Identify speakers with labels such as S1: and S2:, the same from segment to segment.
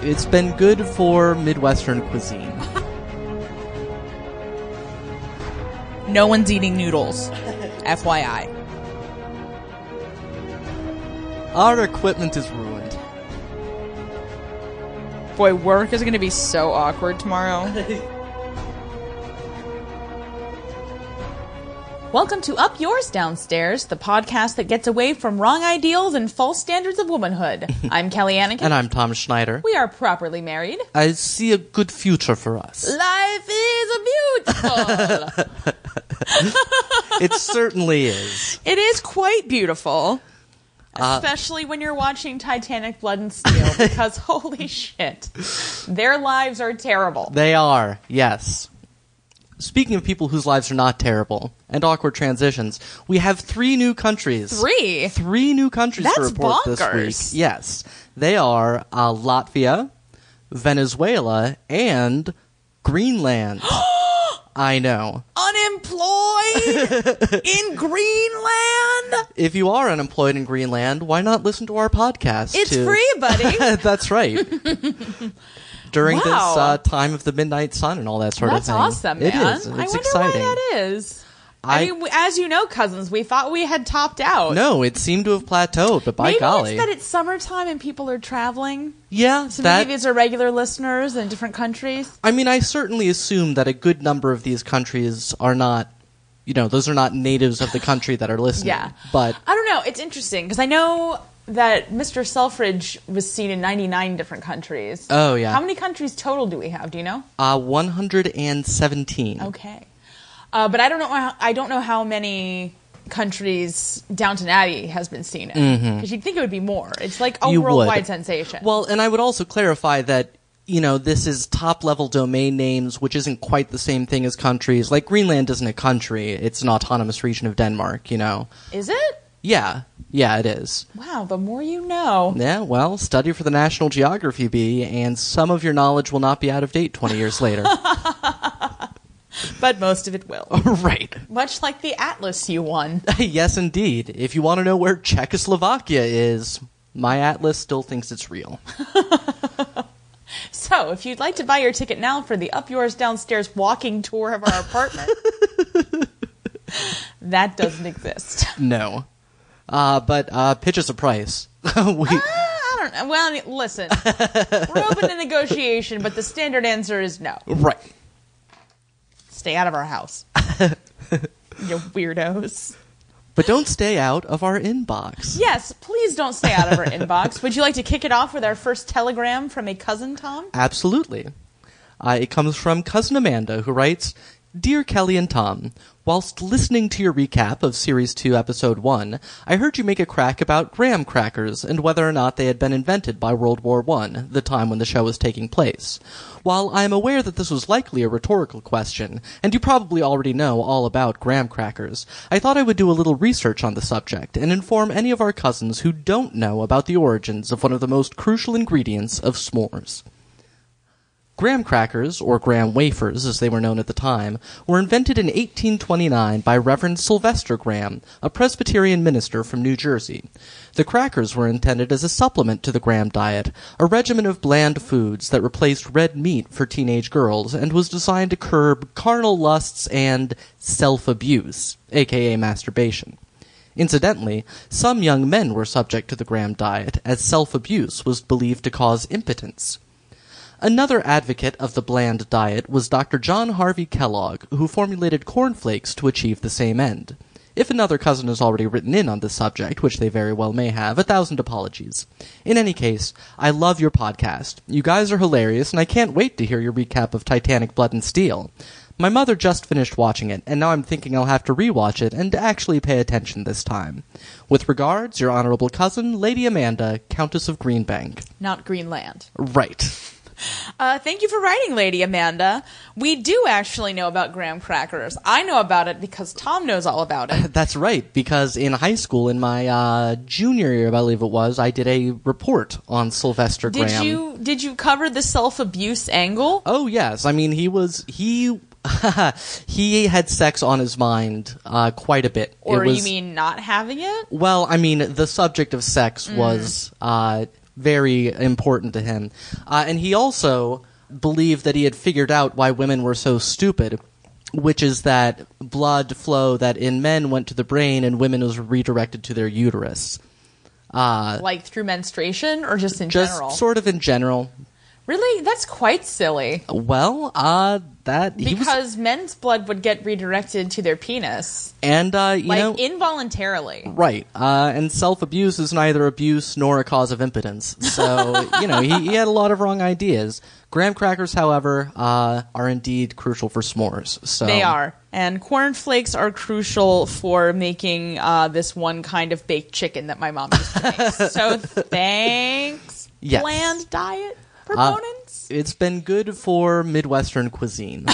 S1: It's been good for Midwestern cuisine.
S2: No one's eating noodles. FYI.
S1: Our equipment is ruined.
S2: Boy, work is going to be so awkward tomorrow.
S3: Welcome to Up Yours Downstairs, the podcast that gets away from wrong ideals and false standards of womanhood. I'm Kelly Anakin.
S1: And I'm Tom Schneider.
S3: we are properly married.
S1: I see a good future for us.
S3: Life is beautiful.
S1: It certainly is.
S3: it is quite beautiful. Especially when you're watching Titanic Blood and Steel, because holy shit, their lives are terrible.
S1: They are, yes. Speaking of people whose lives are not terrible and awkward transitions, we have three new countries.
S3: Three.
S1: Three new countries to
S3: That's
S1: report this
S3: bonkers.
S1: week. Yes. They are uh, Latvia, Venezuela, and Greenland. I know.
S3: Unemployed in Greenland?
S1: If you are unemployed in Greenland, why not listen to our podcast?
S3: It's
S1: to-
S3: free, buddy.
S1: That's right. During this
S3: Wow.
S1: uh, time of the midnight sun and all that sort
S3: That's
S1: of thing.
S3: awesome, man.
S1: It is. It's
S3: I wonder
S1: exciting.
S3: why that is.
S1: I-
S3: I, mean, we- as you know, cousins, we thought we had topped out.
S1: No, it seemed to have plateaued, but by
S3: maybe
S1: golly,
S3: it's that it's summertime and people are traveling.
S1: yeah,
S3: So
S1: that.
S3: maybe these are regular listeners in different countries.
S1: I mean, I certainly assume that a good number of these countries are not, you know, those are not natives of the country that are listening.
S3: Yeah,
S1: but
S3: I don't know. It's interesting because I know that Mr. Selfridge was seen in 99 different countries.
S1: Oh, yeah.
S3: How many countries total do we have? Do you know?
S1: uh, 117.
S3: Okay, uh, but I don't know. How, I don't know how many countries Downton Abbey has been seen in because you'd think it would be more. It's like a
S1: Mm-hmm. You
S3: worldwide
S1: would.
S3: sensation.
S1: Well, and I would also clarify that you know this is top level domain names, which isn't quite the same thing as countries. Like Greenland isn't a country; it's an autonomous region of Denmark. You know,
S3: is it?
S1: yeah, yeah, it is.
S3: Wow, the more you know.
S1: Yeah, well, study for the National Geography Bee, and some of your knowledge will not be out of date twenty years later.
S3: But most of it will.
S1: right.
S3: Much like the atlas you won.
S1: yes, indeed. If you want to know where Czechoslovakia is, my atlas still thinks it's real.
S3: So, if you'd like to buy your ticket now for the up yours downstairs walking tour of our apartment, that doesn't exist.
S1: No. Uh, but uh, pitch us a price. we,
S3: I don't know. Well, I mean, listen, we're open to negotiation, but the standard answer is no.
S1: right.
S3: Stay out of our house. you weirdos.
S1: But don't stay out of our inbox.
S3: Yes, please don't stay out of our inbox. Would you like to kick it off with our first telegram from a cousin, Tom?
S1: Absolutely. Uh, it comes from Cousin Amanda, who writes Dear Kelly and Tom, whilst listening to your recap of Series 2, Episode 1, I heard you make a crack about graham crackers and whether or not they had been invented by World War I, the time when the show was taking place. While I am aware that this was likely a rhetorical question, and you probably already know all about graham crackers, I thought I would do a little research on the subject and inform any of our cousins who don't know about the origins of one of the most crucial ingredients of s'mores. Graham crackers, or graham wafers as they were known at the time, were invented in 1829 by Reverend Sylvester Graham, a Presbyterian minister from New Jersey. The crackers were intended as a supplement to the graham diet, a regimen of bland foods that replaced red meat for teenage girls and was designed to curb carnal lusts and self abuse, aka masturbation. Incidentally, some young men were subject to the graham diet, as self abuse was believed to cause impotence. Another advocate of the bland diet was Dr. John Harvey Kellogg, who formulated cornflakes to achieve the same end. If another cousin has already written in on this subject, which they very well may have, a thousand apologies. In any case, I love your podcast. You guys are hilarious, and I can't wait to hear your recap of Titanic Blood and Steel. My mother just finished watching it, and now I'm thinking I'll have to rewatch it and actually pay attention this time. With regards, your honorable cousin, Lady Amanda, Countess of Greenbank.
S3: Not Greenland.
S1: Right.
S3: Uh, thank you for writing, Lady Amanda. We do actually know about graham crackers. I know about it because Tom knows all about it.
S1: That's right, because in high school, in my uh, junior year, I believe it was, I did a report on Sylvester
S3: Did
S1: Graham.
S3: you did you cover the self abuse angle?
S1: Oh yes, I mean he was he he had sex on his mind uh, quite a bit.
S3: Or
S1: it was,
S3: you mean not having it? Mm.
S1: Well, I mean the subject of sex was uh, very important to him. Uh, and he also believed that he had figured out why women were so stupid, which is that blood flow that in men went to the brain and women was redirected to their uterus.
S3: like through menstruation or just in
S1: Uh, Just
S3: general?
S1: sort of in general.
S3: really? That's quite silly.
S1: Well, uh, that he was,
S3: Because men's blood would get redirected to their penis,
S1: and uh, you
S3: like
S1: know,
S3: involuntarily.
S1: Right. Uh, and self abuse is neither abuse nor a cause of impotence. So, you know, he, he had a lot of wrong ideas. Graham crackers, however, uh, are indeed crucial for s'mores. So
S3: They are. And cornflakes are crucial for making uh, this one kind of baked chicken that my mom used to make. so thanks,
S1: Yes. Uh,
S3: bland diet proponents.
S1: It's been good for Midwestern cuisine.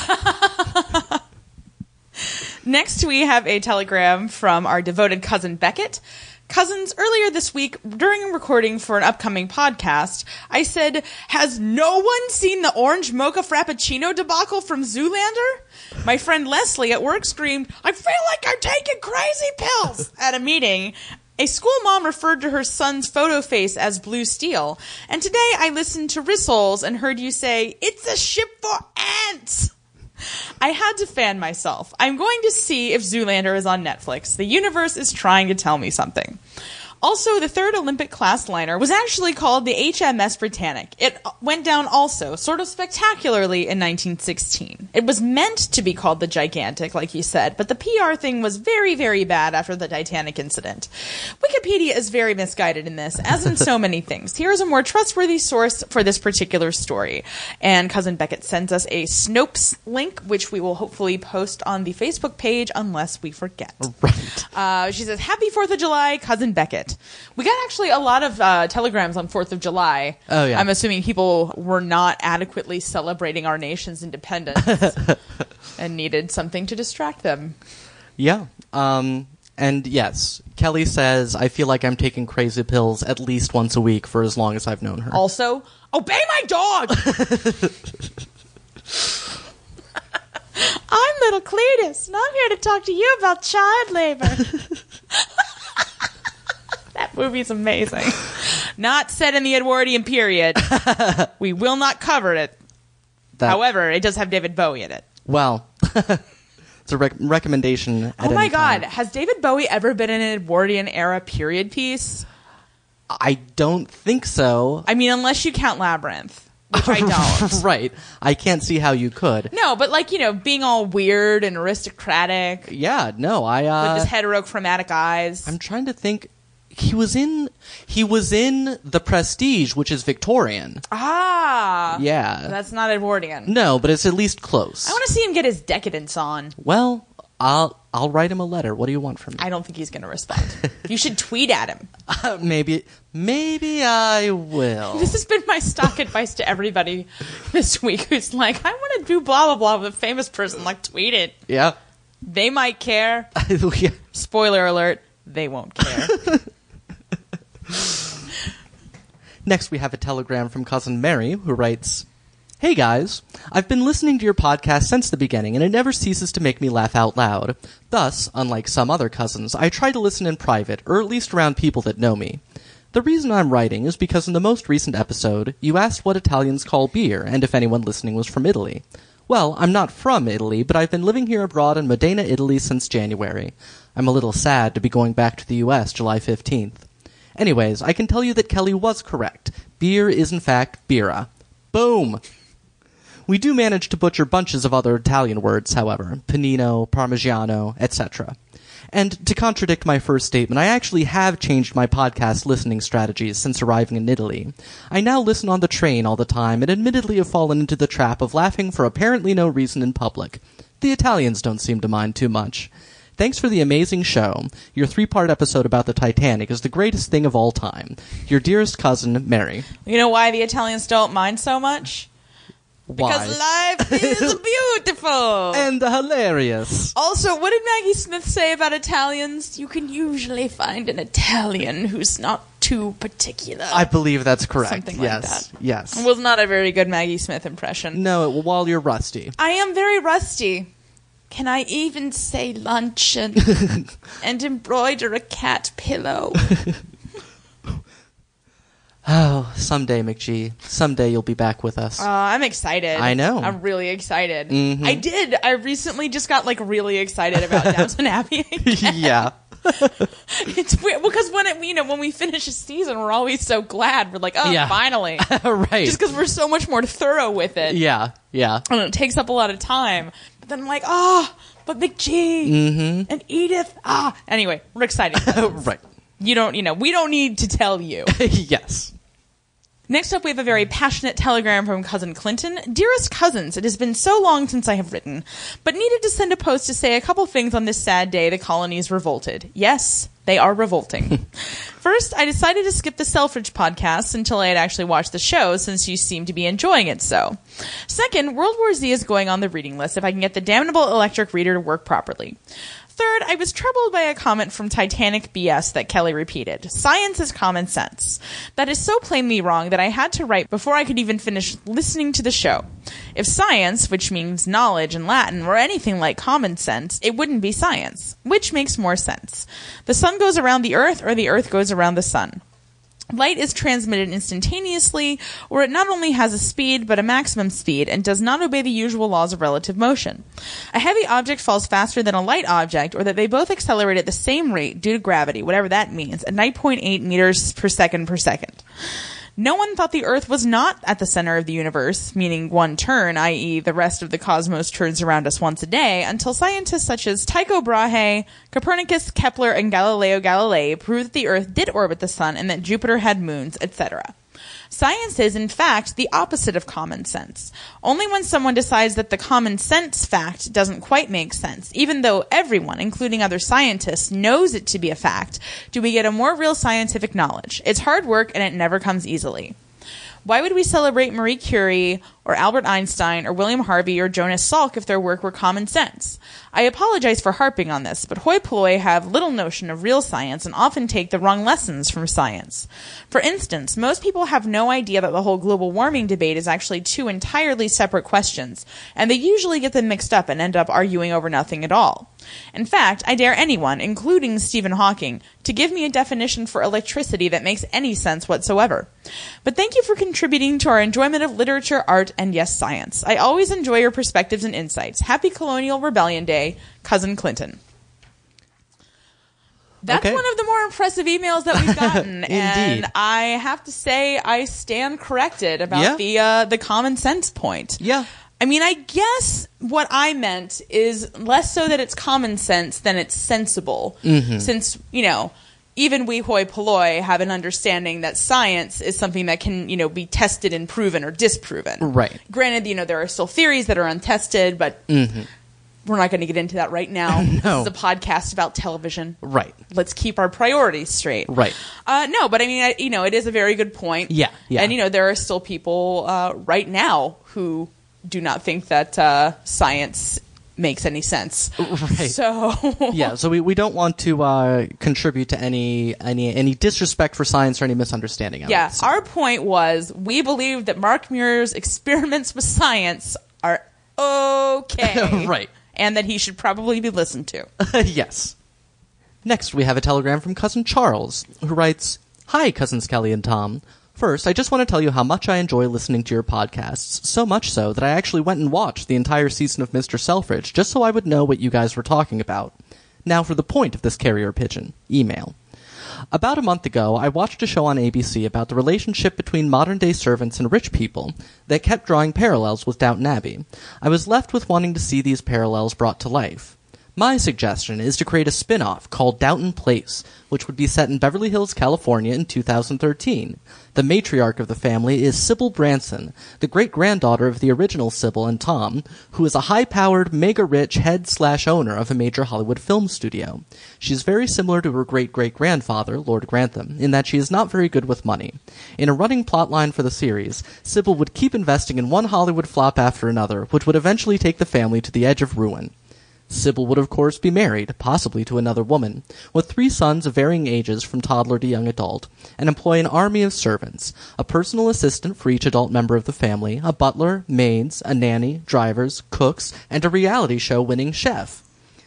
S3: Next, we have a telegram from our devoted cousin Beckett. Cousins, earlier this week, during a recording for an upcoming podcast, I said, Has no one seen the orange mocha frappuccino debacle from Zoolander? My friend Leslie at work screamed, I feel like I'm taking crazy pills at a meeting. A school mom referred to her son's photo face as blue steel. And today I listened to Rissoles and heard you say, It's a ship for ants! I had to fan myself. I'm going to see if Zoolander is on Netflix. The universe is trying to tell me something. Also, the third Olympic class liner was actually called the HMS Britannic. It went down also, sort of spectacularly, in 1916. It was meant to be called the Gigantic, like you said, but the PR thing was very, very bad after the Titanic incident. Wikipedia is very misguided in this, as in so many things. Here is a more trustworthy source for this particular story. And Cousin Beckett sends us a Snopes link, which we will hopefully post on the Facebook page unless we forget.
S1: right.
S3: Uh, she says, Happy 4th of July, Cousin Beckett. We got actually a lot of uh, telegrams on 4th of July.
S1: Oh, yeah.
S3: I'm assuming people were not adequately celebrating our nation's independence and needed something to distract them.
S1: Yeah. Um, and yes, Kelly says, I feel like I'm taking crazy pills at least once a week for as long as I've known her.
S3: Also, obey my dog! I'm little Cletus, and I'm here to talk to you about child labor. that movie's amazing. Not set in the Edwardian period. we will not cover it.
S1: That-
S3: However, it does have David Bowie in it.
S1: well, it's a rec- recommendation. at
S3: oh my
S1: any time.
S3: god, has David Bowie ever been in an Edwardian era period piece?
S1: I don't think so.
S3: I mean, unless you count Labyrinth, which I don't.
S1: right. I can't see how you could.
S3: No, but like you know, being all weird and aristocratic with
S1: Yeah, no, I uh
S3: his heterochromatic eyes.
S1: I'm trying to think he was in he was in The Prestige, which is Victorian.
S3: ah,
S1: yeah.
S3: that's not Edwardian.
S1: No, but it's at least close.
S3: I want to see him get his decadence on.
S1: well, I'll I'll write him a letter. What do you want from me?
S3: I don't think he's going to respond. you should tweet at him.
S1: maybe maybe I will.
S3: This has been my stock advice to everybody this week who's like, I want to do blah blah blah with a famous person. Like, tweet it.
S1: yeah.
S3: They might care.
S1: yeah.
S3: Spoiler alert: they won't care.
S1: Next, we have a telegram from Cousin Mary, who writes Hey guys, I've been listening to your podcast since the beginning, and it never ceases to make me laugh out loud. Thus, unlike some other cousins, I try to listen in private, or at least around people that know me. The reason I'm writing is because in the most recent episode, you asked what Italians call beer, and if anyone listening was from Italy. Well, I'm not from Italy, but I've been living here abroad in Modena, Italy since January. I'm a little sad to be going back to the US July 15th. Anyways, I can tell you that Kelly was correct. Beer is in fact bira. Boom. We do manage to butcher bunches of other Italian words, however, panino, parmigiano, etc. And to contradict my first statement, I actually have changed my podcast listening strategies since arriving in Italy. I now listen on the train all the time and admittedly have fallen into the trap of laughing for apparently no reason in public. The Italians don't seem to mind too much. Thanks for the amazing show. Your three part episode about the Titanic is the greatest thing of all time. Your dearest cousin, Mary.
S3: you know why the Italians don't mind so much?
S1: Why?
S3: Because life is beautiful.
S1: and hilarious.
S3: Also, what did Maggie Smith say about Italians? You can usually find an Italian who's not too particular.
S1: I believe that's correct.
S3: Something like
S1: yes.
S3: that.
S1: Yes.
S3: was not a very good Maggie Smith impression.
S1: no, it- while you're rusty.
S3: I am very rusty. Can I even say luncheon and embroider a cat pillow?
S1: Oh, someday, McGee. Someday you'll be back with us.
S3: Uh, I'm excited.
S1: I know. Mm-hmm.
S3: I'm really excited. I did. I recently just got like really excited about Downton Abbey.
S1: yeah.
S3: it's weird because when it, you know when we finish a season, we're always so glad. We're like, oh,
S1: Yeah.
S3: finally.
S1: right.
S3: just because we're so much more thorough with it.
S1: yeah. Yeah.
S3: And it takes up a lot of time. But then I'm like, ah, but McGee and Edith. Ah, anyway, we're excited.
S1: right.
S3: you don't, you know, we don't need to tell you.
S1: yes.
S3: Next up, we have a very passionate telegram from Cousin Clinton. Dearest cousins, it has been so long since I have written, but needed to send a post to say a couple things on this sad day the colonies revolted. Yes, they are revolting. First, I decided to skip the Selfridge podcast until I had actually watched the show since you seem to be enjoying it so. Second, World War Z is going on the reading list if I can get the damnable electric reader to work properly. Third, I was troubled by a comment from Titanic BS that Kelly repeated. Science is common sense. That is so plainly wrong that I had to write before I could even finish listening to the show. If science, which means knowledge in Latin, were anything like common sense, it wouldn't be science, which makes more sense. The sun goes around the earth or the earth goes around the sun. Light is transmitted instantaneously, or it not only has a speed but a maximum speed and does not obey the usual laws of relative motion. A heavy object falls faster than a light object, or that they both accelerate at the same rate due to gravity, whatever that means, at 9.8 meters per second per second. No one thought the Earth was not at the center of the universe, meaning one turn, i.e., the rest of the cosmos turns around us once a day, until scientists such as Tycho Brahe, Copernicus, Kepler, and Galileo Galilei proved that the Earth did orbit the Sun and that Jupiter had moons, etc. Science is, in fact, the opposite of common sense. Only when someone decides that the common sense fact doesn't quite make sense, even though everyone, including other scientists, knows it to be a fact, do we get a more real scientific knowledge. It's hard work and it never comes easily. Why would we celebrate Marie Curie or Albert Einstein or William Harvey or Jonas Salk if their work were common sense? I apologize for harping on this, but hoi polloi have little notion of real science and often take the wrong lessons from science. For instance, most people have no idea that the whole global warming debate is actually two entirely separate questions, and they usually get them mixed up and end up arguing over nothing at all. In fact, I dare anyone, including Stephen Hawking, to give me a definition for electricity that makes any sense whatsoever. But thank you for contributing to our enjoyment of literature, art, and yes, science. I always enjoy your perspectives and insights. Happy Colonial Rebellion Day, Cousin Clinton. That's
S1: Okay.
S3: one of the more impressive emails that we've gotten, and
S1: Indeed.
S3: I have to say I stand corrected about
S1: Yeah.
S3: the uh, the common sense point.
S1: Yeah.
S3: I mean, I guess what I meant is less so that it's common sense than it's sensible.
S1: Mm-hmm.
S3: Since, you know, even we hoi polloi have an understanding that science is something that can, you know, be tested and proven or disproven.
S1: Right.
S3: Granted, you know, there are still theories that are untested, but we're not going to get into that right now.
S1: Mm-hmm. No.
S3: This is a podcast about television.
S1: Right.
S3: Let's keep our priorities straight.
S1: Right.
S3: Uh, no, but I mean, I, you know, it is a very good point.
S1: Yeah, yeah.
S3: And you know, there are still people uh, right now who do not think that uh, science makes any sense.
S1: Right.
S3: So
S1: yeah, so we, we don't want to uh, contribute to any any any disrespect for science or any misunderstanding. of it.
S3: yeah,
S1: So-
S3: our point was we believe that Mark Muir's experiments with science are okay,
S1: Right.
S3: And that he should probably be listened to.
S1: yes. Next, we have a telegram from Cousin Charles, who writes Hi, Cousins Kelly and Tom. First, I just want to tell you how much I enjoy listening to your podcasts, so much so that I actually went and watched the entire season of Mr. Selfridge just so I would know what you guys were talking about. Now for the point of this carrier pigeon email. About a month ago, I watched a show on ABC about the relationship between modern day servants and rich people that kept drawing parallels with Downton Abbey. I was left with wanting to see these parallels brought to life. My suggestion is to create a spin off called Downton Place, which would be set in Beverly Hills, California in 2013. The matriarch of the family is Sybil Branson, the great granddaughter of the original Sybil and Tom, who is a high powered, mega rich head slash owner of a major Hollywood film studio. She is very similar to her great great grandfather, Lord Grantham, in that she is not very good with money. In a running plotline for the series, Sybil would keep investing in one Hollywood flop after another, which would eventually take the family to the edge of ruin. Sybil would, of course, be married, possibly to another woman, with three sons of varying ages from toddler to young adult, and employ an army of servants, a personal assistant for each adult member of the family, a butler, maids, a nanny, drivers, cooks, and a reality show winning chef.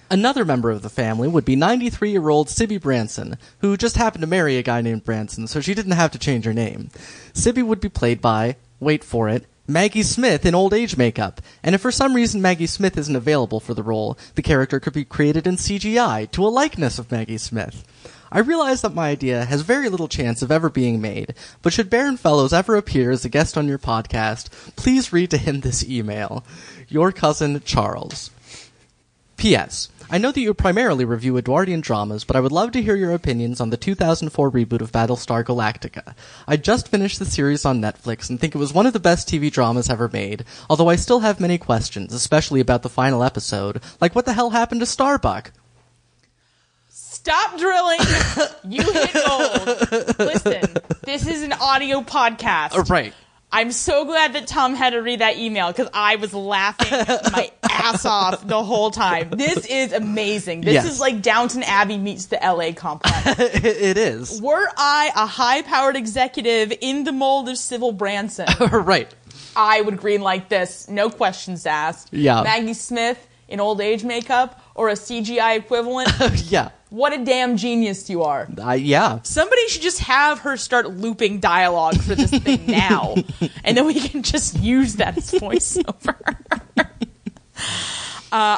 S1: Another member of the family would be 93 year old Sibby Branson, who just happened to marry a guy named Branson, so she didn't have to change her name. Sibby would be played by, wait for it, Maggie Smith in old age makeup. And if for some reason Maggie Smith isn't available for the role, the character could be created in CGI to a likeness of Maggie Smith. I realize that my idea has very little chance of ever being made, but should Baron Fellows ever appear as a guest on your podcast, please read to him this email. Your cousin, Charles. P.S. I know that you primarily review Edwardian dramas, but I would love to hear your opinions on the 2004 reboot of Battlestar Galactica. I just finished the series on Netflix and think it was one of the best TV dramas ever made, although I still have many questions, especially about the final episode, like what the hell happened to Starbuck?
S3: Stop drilling. you hit gold. Listen, this is an audio podcast.
S1: Uh, Right.
S3: I'm so glad that Tom had to read that email because I was laughing my ass off the whole time. This is amazing. This
S1: Yes.
S3: is like Downton Abbey meets the LA complex.
S1: It, it is.
S3: Were I a high powered executive in the mold of Sybil Branson,
S1: Uh, right.
S3: I would green like this. No questions asked.
S1: Yeah.
S3: Maggie Smith in old age makeup or a CGI equivalent.
S1: Yeah.
S3: what a damn genius you are.
S1: I yeah.
S3: Somebody should just have her start looping dialogue for this thing now, and then we can just use that as voiceover. uh,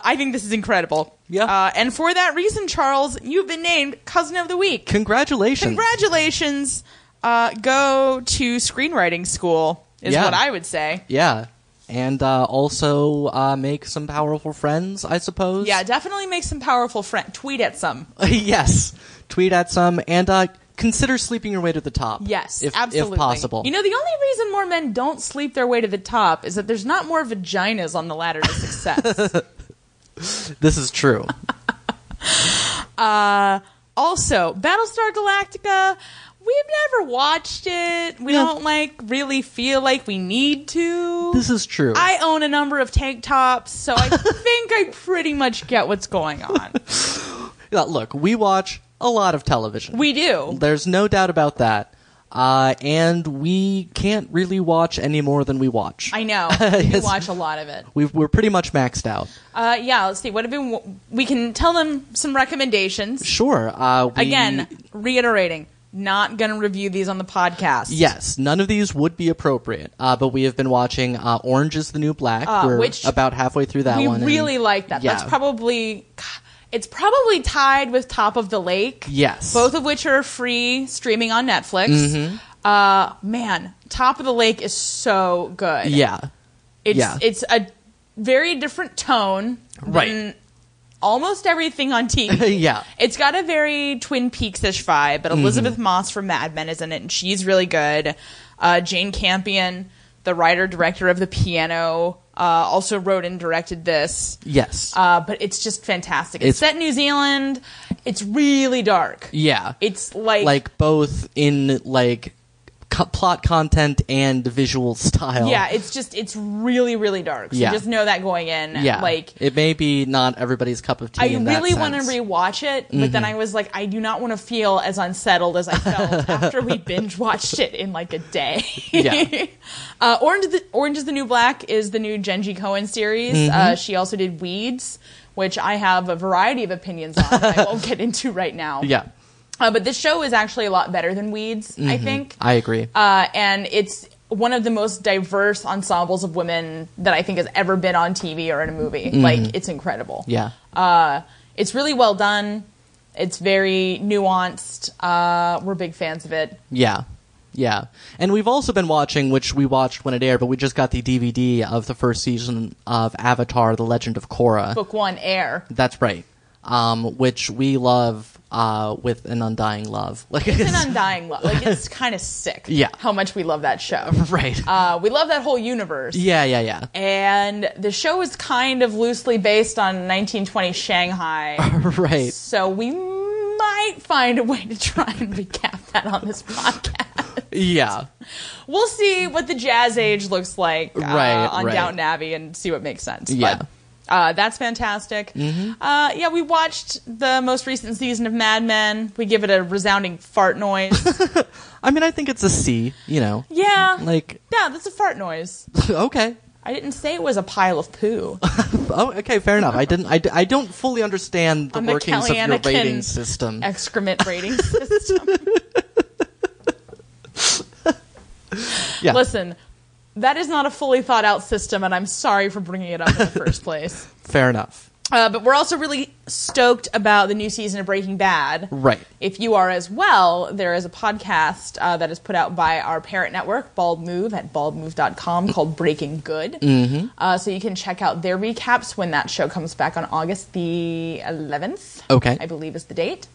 S3: I think this is incredible.
S1: Yeah.
S3: Uh, and for that reason, Charles, you've been named Cousin of the Week.
S1: Congratulations.
S3: Congratulations. Uh, go to screenwriting school, is
S1: Yeah.
S3: what I would say.
S1: yeah. And uh, also uh, make some powerful friends, I suppose.
S3: Yeah, definitely make some powerful friend. Tweet at some.
S1: yes. Tweet at some and uh, consider sleeping your way to the top.
S3: Yes,
S1: if,
S3: absolutely.
S1: If possible.
S3: You know, the only reason more men don't sleep their way to the top is that there's not more vaginas on the ladder to success.
S1: this is true.
S3: also, Battlestar Galactica, we've never watched it. We
S1: No.
S3: don't like really feel like we need to.
S1: this is true.
S3: I own a number of tank tops, so I think I pretty much get what's going on.
S1: Yeah, Look, we watch a lot of television.
S3: We do.
S1: There's no doubt about that. Uh, and we can't really watch any more than we watch.
S3: I know. We
S1: Yes.
S3: watch a lot of it.
S1: We've, we're pretty much maxed out.
S3: Uh, yeah, let's see. What have been? We can tell them some recommendations.
S1: Sure. Uh, we-
S3: Again, reiterating, not going to review these on the podcast.
S1: Yes, none of these would be appropriate, uh, but we have been watching uh, Orange is the New Black. We're
S3: Ah, which
S1: about halfway through that
S3: we
S1: one. and-
S3: really like that.
S1: Yeah.
S3: That's probably it's probably tied with Top of the Lake.
S1: Yes.
S3: both of which are free streaming on Netflix.
S1: Mm-hmm.
S3: Uh, man, Top of the Lake is so good.
S1: Yeah.
S3: it's
S1: yeah.
S3: it's a very different tone.
S1: Right.
S3: Than almost everything on TV.
S1: yeah.
S3: It's got a very Twin Peaks ish vibe, but Elizabeth
S1: Mm-hmm.
S3: Moss from Mad Men is in it, and she's really good. Uh, Jane Campion, the writer director of The Piano, uh, also wrote and directed this.
S1: Yes.
S3: Uh, but it's just fantastic. It's,
S1: It's-
S3: set in New Zealand. It's really dark.
S1: yeah.
S3: It's like,
S1: like both in like co- plot content and visual style.
S3: yeah, it's just it's really really dark. So
S1: Yeah.
S3: just know that going in.
S1: yeah.
S3: like
S1: it may be not everybody's cup of tea.
S3: I
S1: in that
S3: really want to
S1: sense. Mm-hmm.
S3: rewatch it, but then I was like, I do not want to feel as unsettled as I felt after we binge watched it in like a day.
S1: Yeah.
S3: uh, Orange, is the, Orange is the New Black is the new Genji Cohen series.
S1: Mm-hmm.
S3: Uh, she also did Weeds, which I have a variety of opinions on. that I won't get into right now.
S1: Yeah,
S3: Uh, but this show is actually a lot better than Weeds, I think.
S1: Mm-hmm. I agree.
S3: uh, and it's one of the most diverse ensembles of women that I think has ever been on TV or in a movie. Like, it's incredible
S1: Mm-hmm. yeah,
S3: uh, it's really well done. It's very nuanced. Uh, we're big fans of it.
S1: yeah, yeah. And we've also been watching, which we watched when it aired, but we just got the DVD of the first season of Avatar: The Legend of Korra.
S3: Book one, Air.
S1: That's right. Um, which we love uh, with an undying love. Like
S3: It's an undying love. Like it's kind of sick.
S1: Yeah.
S3: How much we love that show.
S1: right.
S3: Uh, we love that whole universe.
S1: yeah, yeah, yeah.
S3: And the show is kind of loosely based on 1920 Shanghai.
S1: Right.
S3: so we might find a way to try and recap that on this podcast.
S1: Yeah.
S3: We'll see what the jazz age looks like uh,
S1: Right,
S3: on
S1: right.
S3: Downton Abbey and see what makes sense.
S1: Yeah. Mm-hmm.
S3: But, uh, that's fantastic. Uh, yeah, we watched the most recent season of Mad Men. We give it a resounding fart noise.
S1: I mean, I think it's a C. You know.
S3: yeah.
S1: Like
S3: yeah, that's a fart noise.
S1: okay.
S3: I I didn't say it was a pile of poo.
S1: Oh, okay, fair enough. I didn't. I, d- I don't fully understand the
S3: On the
S1: workings of your
S3: Kellyannekin-
S1: rating system.
S3: Excrement rating system.
S1: Yeah.
S3: Listen, that is not a fully thought out system, and I'm sorry for bringing it up in the first place.
S1: Fair enough.
S3: Uh, but we're also really stoked about the new season of Breaking Bad.
S1: Right.
S3: If you are as well, there is a podcast uh, that is put out by our parent network, Bald Move, at baldmove.com called Breaking Good. Mm-hmm. Uh, so you can check out their recaps when that show comes back on August the 11th.
S1: Okay.
S3: I believe is the date.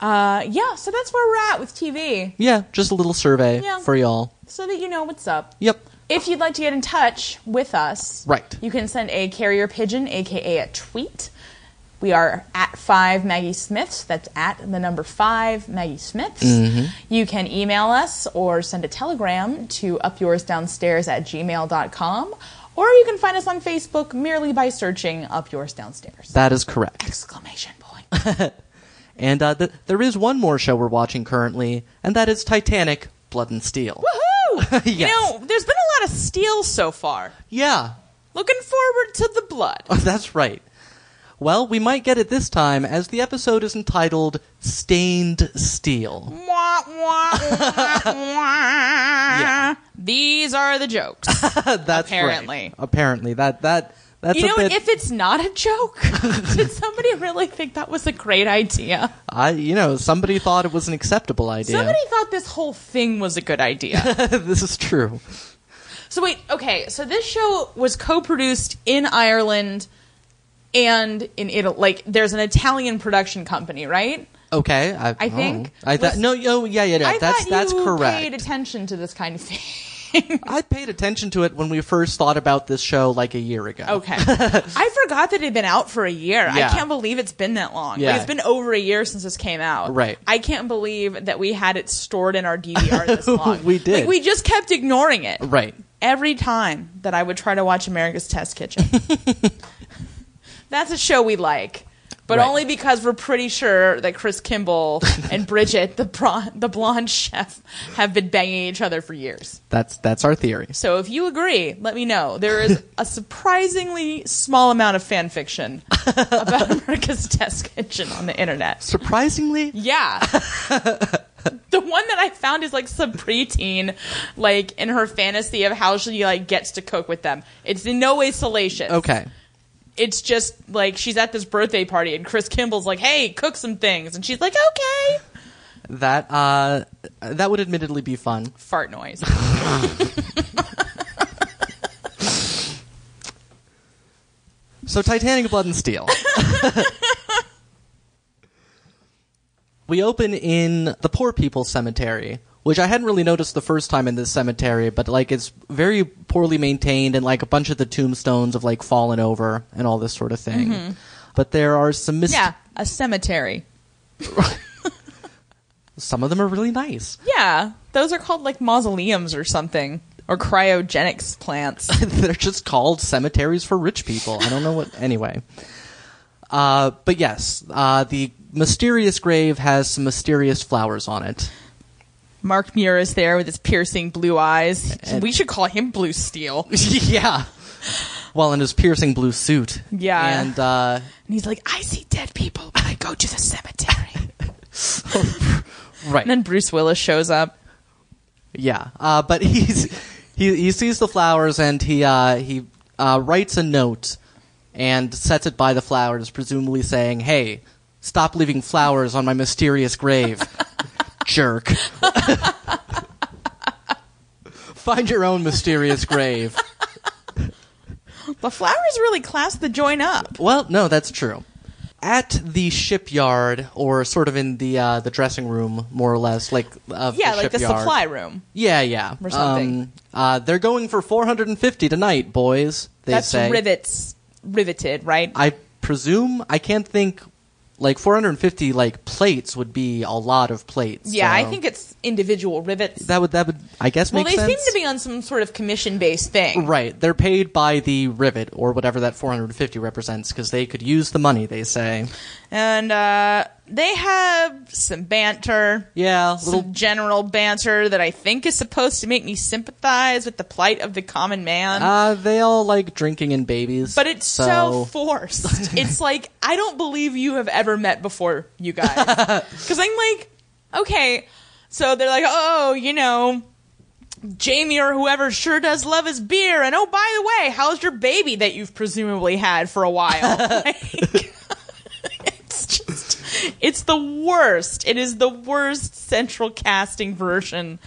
S3: Uh, yeah, so that's where we're at with TV,
S1: Yeah, just a little survey
S3: Yeah.
S1: for y'all.
S3: so that you know what's up.
S1: Yep.
S3: If you'd like to get in touch with us,
S1: Right.
S3: you can send a carrier pigeon, aka a tweet. We are at five Maggie Smiths. That's at the number five Maggie Smiths.
S1: Mm-hmm.
S3: You can email us or send a telegram to upyoursdownstairs at gmail.com. Or you can find us on Facebook merely by searching Up Yours Downstairs.
S1: That is correct.
S3: Exclamation point.
S1: And uh, th- there is one more show we're watching currently, and that is Titanic: Blood and Steel.
S3: Woohoo! You
S1: Yes.
S3: know, there's been a lot of steel so far.
S1: Yeah, Oh,
S3: Looking forward to the blood.
S1: that's right. Well, we might get it this time, as the episode is entitled "Stained Steel."
S2: Wah, wah, wah, wah.
S1: Yeah.
S2: These are the jokes.
S1: that's Right.
S2: Apparently.
S1: Apparently, that that that's
S3: You
S1: a
S3: know,
S1: bit.
S3: if it's not a joke, did somebody really think that was a great idea?
S1: I you know somebody thought it was an acceptable idea.
S3: Somebody thought this whole thing was a good idea.
S1: this is true.
S3: so wait, okay, so this show was co-produced in Ireland and in Italy. Like, there's an Italian production company, right?
S1: Okay, I, oh.
S3: think-
S1: I thought
S3: was-
S1: no, yo, yeah, yeah, yeah.
S3: I
S1: that's
S3: thought
S1: that's
S3: you
S1: correct.
S3: paid attention to this kind of thing.
S1: I paid attention to it when we first thought about this show like a year ago.
S3: Okay, I forgot that it had been out for a year.
S1: Yeah.
S3: I can't believe it's been that long.
S1: Yeah.
S3: Like, it's been over a year since this came out.
S1: Right.
S3: I can't believe that we had it stored in our DVR this long.
S1: We did.
S3: Like, we just kept ignoring it.
S1: Right.
S3: every time that I would try to watch America's Test Kitchen. That's a show we like, but
S1: Right.
S3: only because we're pretty sure that Chris Kimball and Bridget, the bron- the blonde chef, have been banging each other for years.
S1: That's that's our theory.
S3: So if you agree, let me know. There is a surprisingly small amount of fan fiction about America's Test Kitchen on the internet.
S1: Surprisingly,
S3: Yeah. the one that I found is like some preteen, like in her fantasy of how she like gets to cook with them. It's in no way salacious.
S1: okay.
S3: It's just like she's at this birthday party and Chris Kimball's like, "Hey, cook some things," and she's like, "Okay."
S1: That uh, that would admittedly be fun.
S3: Fart noise.
S1: So Titanic Blood and Steel. we open in the poor people's cemetery, which I hadn't really noticed the first time in this cemetery, but like it's very poorly maintained and like a bunch of the tombstones have like fallen over and all this sort of thing. But there are some mis-
S2: yeah, a cemetery.
S1: some of them are really nice.
S3: yeah, those are called like mausoleums or something, or cryogenics plants.
S1: They're just called cemeteries for rich people. I don't know what anyway. Uh, but yes, uh, the mysterious grave has some mysterious flowers on it.
S3: Mark Muir is there with his piercing blue eyes.
S1: And-
S3: we should call him Blue Steel. And
S1: yeah. Well, in his piercing blue suit.
S3: Yeah.
S1: And uh,
S3: he's like, "I see dead people, but I go to the cemetery."
S1: right.
S3: And then Bruce Willis shows up.
S1: yeah. Uh, but he's he he sees the flowers and he uh, he uh, writes a note and sets it by the flowers, presumably saying, "Hey, stop leaving flowers on my mysterious grave, jerk." Find your own mysterious grave.
S3: The flowers really class the joint up.
S1: Well, no, that's true. At the shipyard, or sort of in the uh, the dressing room, more or less, like of
S3: Yeah,
S1: the
S3: like the
S1: shipyard.
S3: supply room.
S1: Yeah, yeah,
S3: Or something.
S1: Um, uh, they're going for 450 tonight, boys. They
S3: That's
S1: say.
S3: rivets riveted, right?
S1: I presume I can't think like 450 like plates would be a lot of plates.
S3: yeah, I
S1: so
S3: think it's individual rivets.
S1: that would that would I guess
S3: well,
S1: make
S3: they
S1: sense.
S3: seem to be on some sort of commission-based thing.
S1: Right, they're paid by the rivet or whatever that 450 represents because they could use the money. They say.
S3: And uh, They have some banter.
S1: Yeah, little
S3: Some general banter that I think is supposed to make me sympathize with the plight of the common man.
S1: Uh, they all like drinking and babies.
S3: But it's so, forced. it's like I don't believe you have ever met before, you guys. Because I'm like, okay, so they're like, oh, you know, Jamie or whoever sure does love his beer, and oh, by the way, how's your baby that you've presumably had for a while? Like, it's just, it's the worst. It is the worst central casting version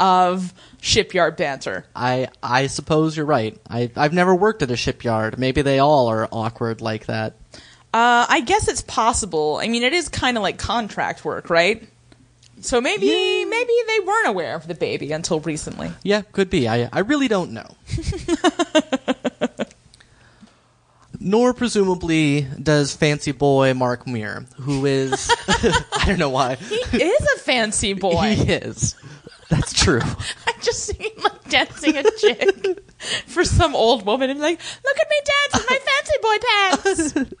S3: of shipyard banter.
S1: I I suppose you're right. I I've never worked at a shipyard. Maybe they all are awkward like that.
S3: Uh, I guess it's possible. I mean, it is kind of like contract work, right? So maybe maybe they weren't aware of the baby until recently.
S1: Yeah, could be. I I really don't know. Nor presumably does fancy boy Mark Muir, who is I don't know why
S3: He is a fancy boy.
S1: he is. That's true.
S3: I just see him like dancing a jig for some old woman and like, look at me dance in my fancy boy pants.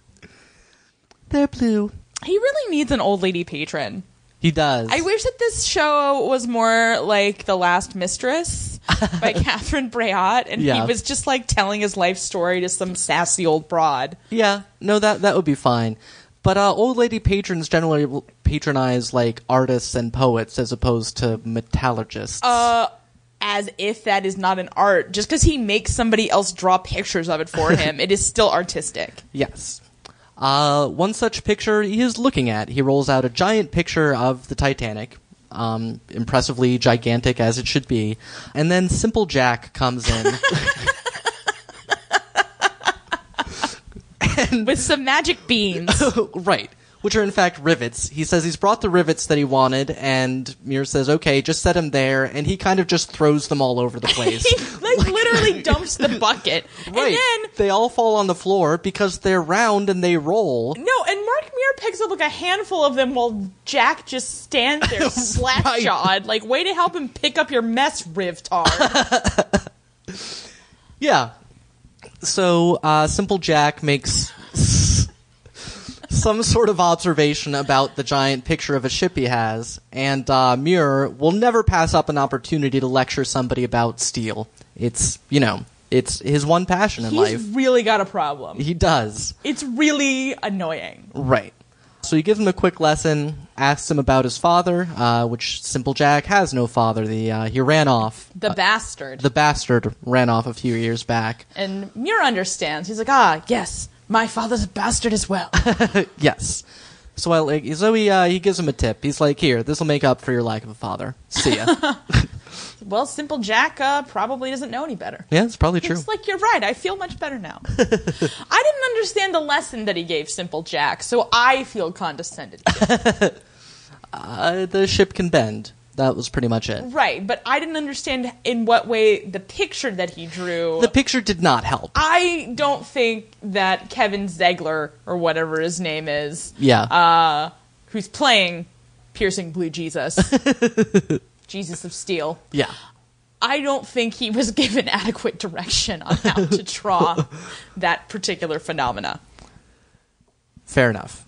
S1: They're blue.
S3: he really needs an old lady patron.
S1: He does.
S3: I wish that this show was more like The Last Mistress by Catherine Breillat, and
S1: Yeah.
S3: he was just like telling his life story to some sassy old broad.
S1: Yeah, no, that that would be fine. But uh, old lady patrons generally will patronize like artists and poets as opposed to metallurgists.
S3: uh, as if that is not an art. Just because he makes somebody else draw pictures of it for him, it is still artistic.
S1: yes. Uh, one such picture he is looking at, he rolls out a giant picture of the Titanic, um, impressively gigantic as it should be, and then Simple Jack comes in.
S3: With some magic beans.
S1: right. Which are in fact rivets. He says he's brought the rivets that he wanted, and Muir says, okay, just set him there, and he kind of just throws them all over the place.
S3: he like literally dumps the bucket.
S1: Right.
S3: And then
S1: they all fall on the floor because they're round and they roll.
S3: no, and Mark Muir picks up like a handful of them while Jack just stands there slack jawed, like way to help him pick up your mess, Rivtar.
S1: Yeah. So uh, Simple Jack makes some sort of observation about the giant picture of a ship he has, and uh, Muir will never pass up an opportunity to lecture somebody about steel. It's you know, it's his one passion in
S3: He's
S1: life.
S3: really got a problem.
S1: He does.
S3: It's really annoying.
S1: Right. So he gives him a quick lesson, asks him about his father, uh, which Simple Jack has no father. The uh, he ran off.
S3: The bastard.
S1: the bastard ran off a few years back.
S3: and Muir understands. He's like, ah, yes, my father's a bastard as well.
S1: Yes. So I like so he uh, he gives him a tip. He's like, "Here, this will make up for your lack of a father." See ya.
S3: Well, Simple Jack uh, probably doesn't know any better.
S1: yeah, it's probably true.
S3: It's like you're right. I feel much better now. I didn't understand the lesson that he gave Simple Jack, so I feel condescended. to.
S1: Uh, the ship can bend. That was pretty much it.
S3: right, but I didn't understand in what way the picture that he drew.
S1: The picture did not help.
S3: I don't think that Kevin Zegler or whatever his name is,
S1: Yeah.
S3: uh, who's playing piercing blue Jesus, Jesus of Steel.
S1: yeah.
S3: I don't think he was given adequate direction on how to draw that particular phenomena.
S1: Fair enough.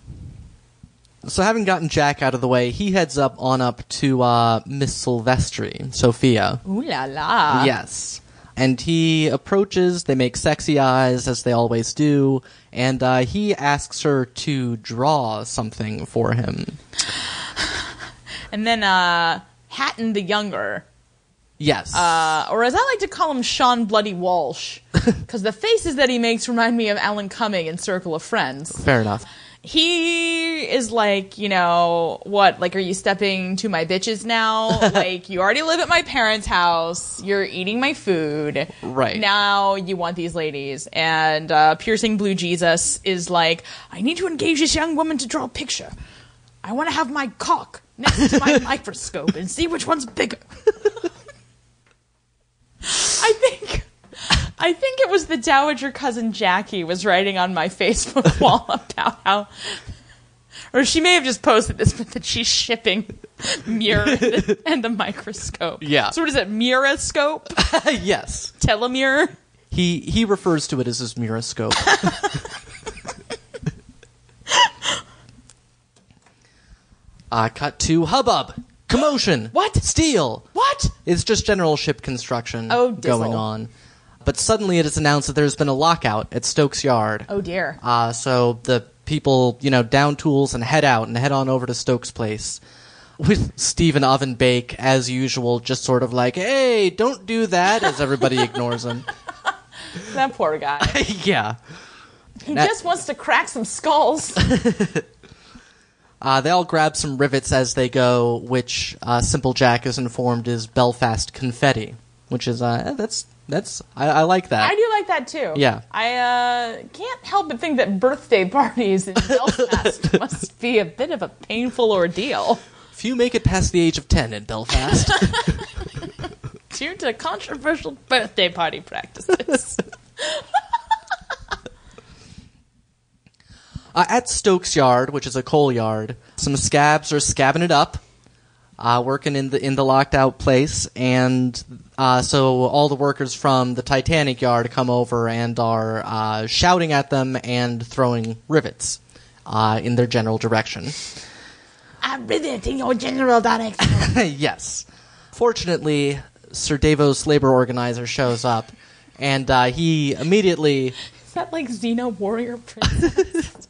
S1: So having gotten Jack out of the way, he heads up on up to uh, Miss Silvestri, Sophia.
S3: Ooh la la.
S1: Yes. And he approaches, they make sexy eyes, as they always do, and uh, he asks her to draw something for him.
S3: And then uh, Hatton the Younger,
S1: Yes.
S3: uh, or as I like to call him, Sean Bloody Walsh, because the faces that he makes remind me of Alan Cumming in Circle of Friends.
S1: Fair enough.
S3: He is like, you know, what? Like, are you stepping to my bitches now? like, you already live at my parents' house. You're eating my food.
S1: Right.
S3: Now you want these ladies. And uh, Piercing Blue Jesus is like, I need to engage this young woman to draw a picture. I want to have my cock next to my microscope and see which one's bigger. I think. I think it was the dowager cousin Jackie was writing on my Facebook wall about how, or she may have just posted this, but that she's shipping Mira and the, and the microscope.
S1: Yeah.
S3: So what is it? Miroscope?
S1: yes.
S3: Telomere?
S1: He he refers to it as his miroscope. Uh, cut to hubbub, commotion.
S3: What?
S1: Steel.
S3: What?
S1: It's just general ship construction
S3: Oh, dizzle.
S1: going on. But suddenly it is announced that there's been a lockout at Stokes Yard.
S3: Oh dear.
S1: Uh, so the people, you know, down tools and head out and head on over to Stokes' place with Stephen Oven Bake, as usual, just sort of like, hey, don't do that, as everybody ignores him.
S3: That poor guy.
S1: yeah.
S3: He
S1: That-
S3: just wants to crack some skulls.
S1: Uh, they all grab some rivets as they go, which uh, Simple Jack is informed is Belfast confetti, which is uh, eh, that's that's I, I like that.
S3: I do like that too.
S1: Yeah.
S3: I uh, can't help but think that birthday parties in Belfast must be a bit of a painful ordeal
S1: Few make it past the age of ten in Belfast.
S3: due to controversial birthday party practices.
S1: Uh, at Stokes Yard, which is a coal yard, some scabs are scabbing it up, uh, working in the in the locked out place, and uh, so all the workers from the Titanic yard come over and are uh, shouting at them and throwing rivets uh, in their general direction.
S3: I'm visiting your general director.
S1: yes. Fortunately, Sir Davos labor organizer shows up, and uh, he immediately,
S3: Is that like Xena Warrior Prince?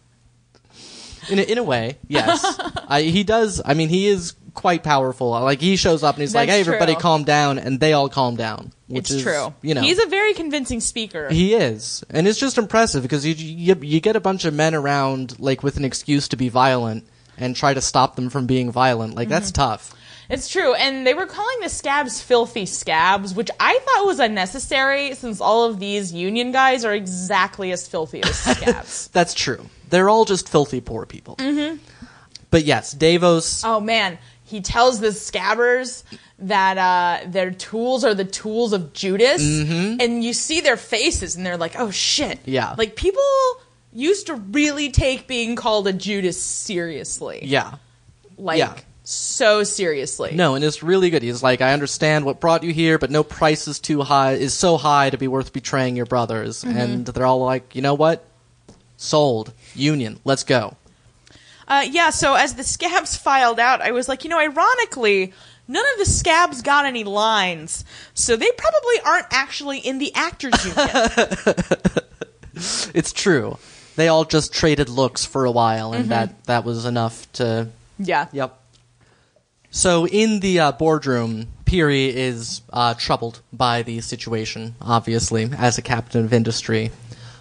S1: in a, in a way, yes, I, he does. I mean, he is quite powerful. Like he shows up and he's like,
S3: That's
S1: "Hey, everybody,
S3: true.
S1: calm down," and they all calm down. Which
S3: it's
S1: is,
S3: true.
S1: You know,
S3: He's a very convincing speaker.
S1: he is, and it's just impressive because you, you you get a bunch of men around like with an excuse to be violent and try to stop them from being violent. Like that's
S3: Mm-hmm.
S1: tough.
S3: It's true, and they were calling the scabs filthy scabs, which I thought was unnecessary since all of these union guys are exactly as filthy as scabs.
S1: That's true. They're all just filthy poor people. Mm-hmm. But yes, Davos
S3: oh man, he tells the scabbers that uh, their tools are the tools of Judas, and you see their faces, and they're like, oh shit.
S1: Mm-hmm. Yeah.
S3: Like people used to really take being called a Judas seriously.
S1: Yeah.
S3: Like,
S1: yeah.
S3: so seriously.
S1: No, and it's really good. He's like, I understand what brought you here, but no price is too high is so high to be worth betraying your brothers. And they're all like, you know what? Sold. Union. Let's go.
S3: Uh, yeah, so as the scabs filed out, I was like, you know, ironically, none of the scabs got any lines, so they probably aren't actually in the actors union.
S1: It's true. They all just traded looks for a while, and that that was enough to.
S3: yeah.
S1: Yep. So in the uh, boardroom, Peary is uh, troubled by the situation, obviously, as a captain of industry.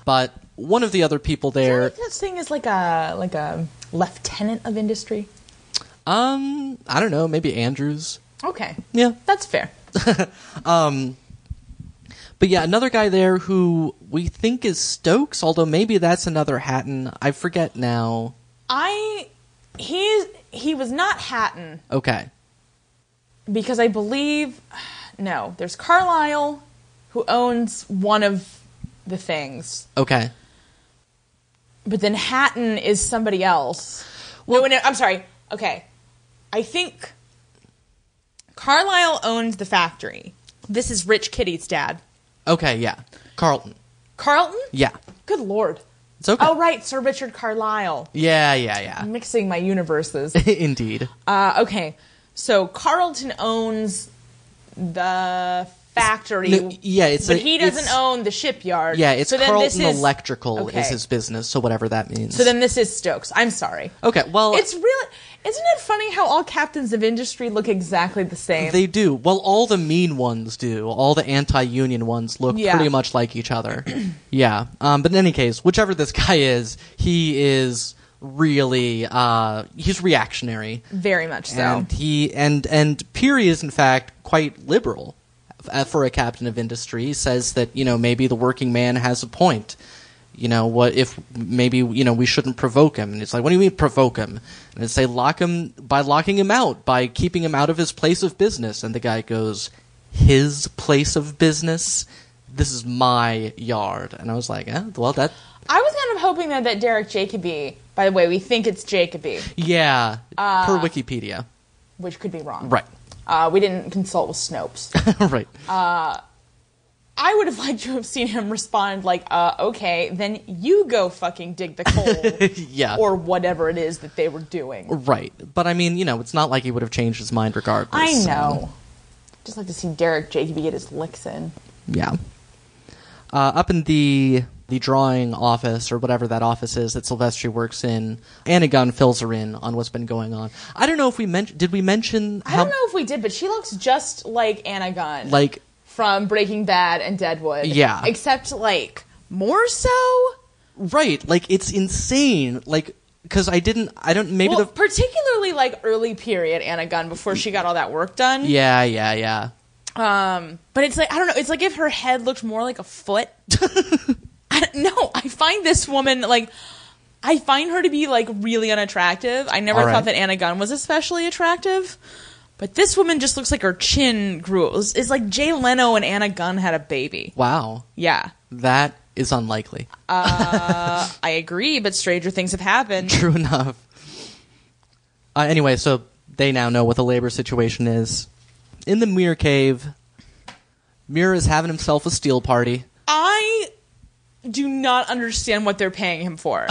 S1: But one of the other people there
S3: This thing is like a like a lieutenant of industry.
S1: Um, I don't know, maybe Andrews.
S3: Okay.
S1: Yeah.
S3: That's fair.
S1: But yeah, another guy there who we think is Stokes, although maybe that's another Hatton. I forget now.
S3: I he he was not Hatton
S1: Okay.
S3: because I believe no, there's Carlisle who owns one of the things.
S1: Okay.
S3: But then Hatton is somebody else. no, no, I'm sorry. Okay. I think Carlisle owns the factory. This is Rich Kitty's dad.
S1: Okay, yeah. Carlton.
S3: Carlton?
S1: Yeah.
S3: Good lord.
S1: It's okay.
S3: Oh, right. Sir Richard Carlisle.
S1: Yeah, yeah,
S3: Mixing my universes.
S1: yeah. Indeed.
S3: Uh, okay. So Carlton owns the factory.
S1: No, yeah, it's
S3: But
S1: a-
S3: he doesn't
S1: it's-
S3: own the shipyard.
S1: Yeah, it's
S3: so then
S1: Carlton
S3: this is,
S1: Electrical is
S3: Okay.
S1: his business, so whatever that means.
S3: So then this is Stokes. I'm sorry.
S1: Okay, well
S3: It's really isn't it funny how all captains of industry look exactly the same?
S1: they do. Well, all the mean ones do. All the anti-union ones look
S3: Yeah.
S1: pretty much like each other. yeah. Um, but in any case, whichever this guy is, he is really uh, he's reactionary.
S3: Very much so.
S1: and he and and Peary is in fact quite liberal uh, for a captain of industry. He says that you know maybe the working man has a point. You know what if maybe you know we shouldn't provoke him? And it's like, what do you mean provoke him? And it's say lock him by locking him out by keeping him out of his place of business. And the guy goes, his place of business. This is my yard. And I was like, eh, well that
S3: I was kind of hoping that that Derek Jacobi. By the way, we think it's Jacobi,
S1: yeah per Wikipedia
S3: which could be wrong.
S1: right
S3: Uh, we didn't consult with Snopes.
S1: right
S3: I would have liked to have seen him respond like, uh, okay, then you go fucking dig the coal.
S1: Yeah.
S3: Or whatever it is that they were doing.
S1: Right. But I mean, you know, it's not like he would have changed his mind regardless.
S3: I
S1: so,
S3: know. Just like to see Derek Jacoby get his licks in.
S1: yeah. Uh, up in the the drawing office or whatever that office is that Silvestri works in, Anagon fills her in on what's been going on. I don't know if we mentioned. Did we mention
S3: I
S1: how
S3: don't know if we did, but she looks just like Anna Gunn.
S1: like
S3: from Breaking Bad and Deadwood.
S1: Yeah.
S3: Except like more so.
S1: right? Like it's insane. Like because I didn't. I don't. Maybe
S3: Well,
S1: the
S3: particularly like early period Anna Gunn before she got all that work done.
S1: yeah yeah yeah.
S3: Um, but it's like I don't know. It's like if her head looked more like a foot. I don't know. I find this woman like I find her to be like really unattractive. I never
S1: All right.
S3: thought that Anna Gunn was especially attractive. But this woman just looks like her chin grew. It was- It's like Jay Leno and Anna Gunn had a baby.
S1: Wow,
S3: Yeah.
S1: that is unlikely.
S3: I agree, but stranger things have happened.
S1: True enough. Uh, anyway, so they now know what the labor situation is. In the Mirror Cave, Mirror is having himself a steel party.
S3: I do not understand what they're paying him for.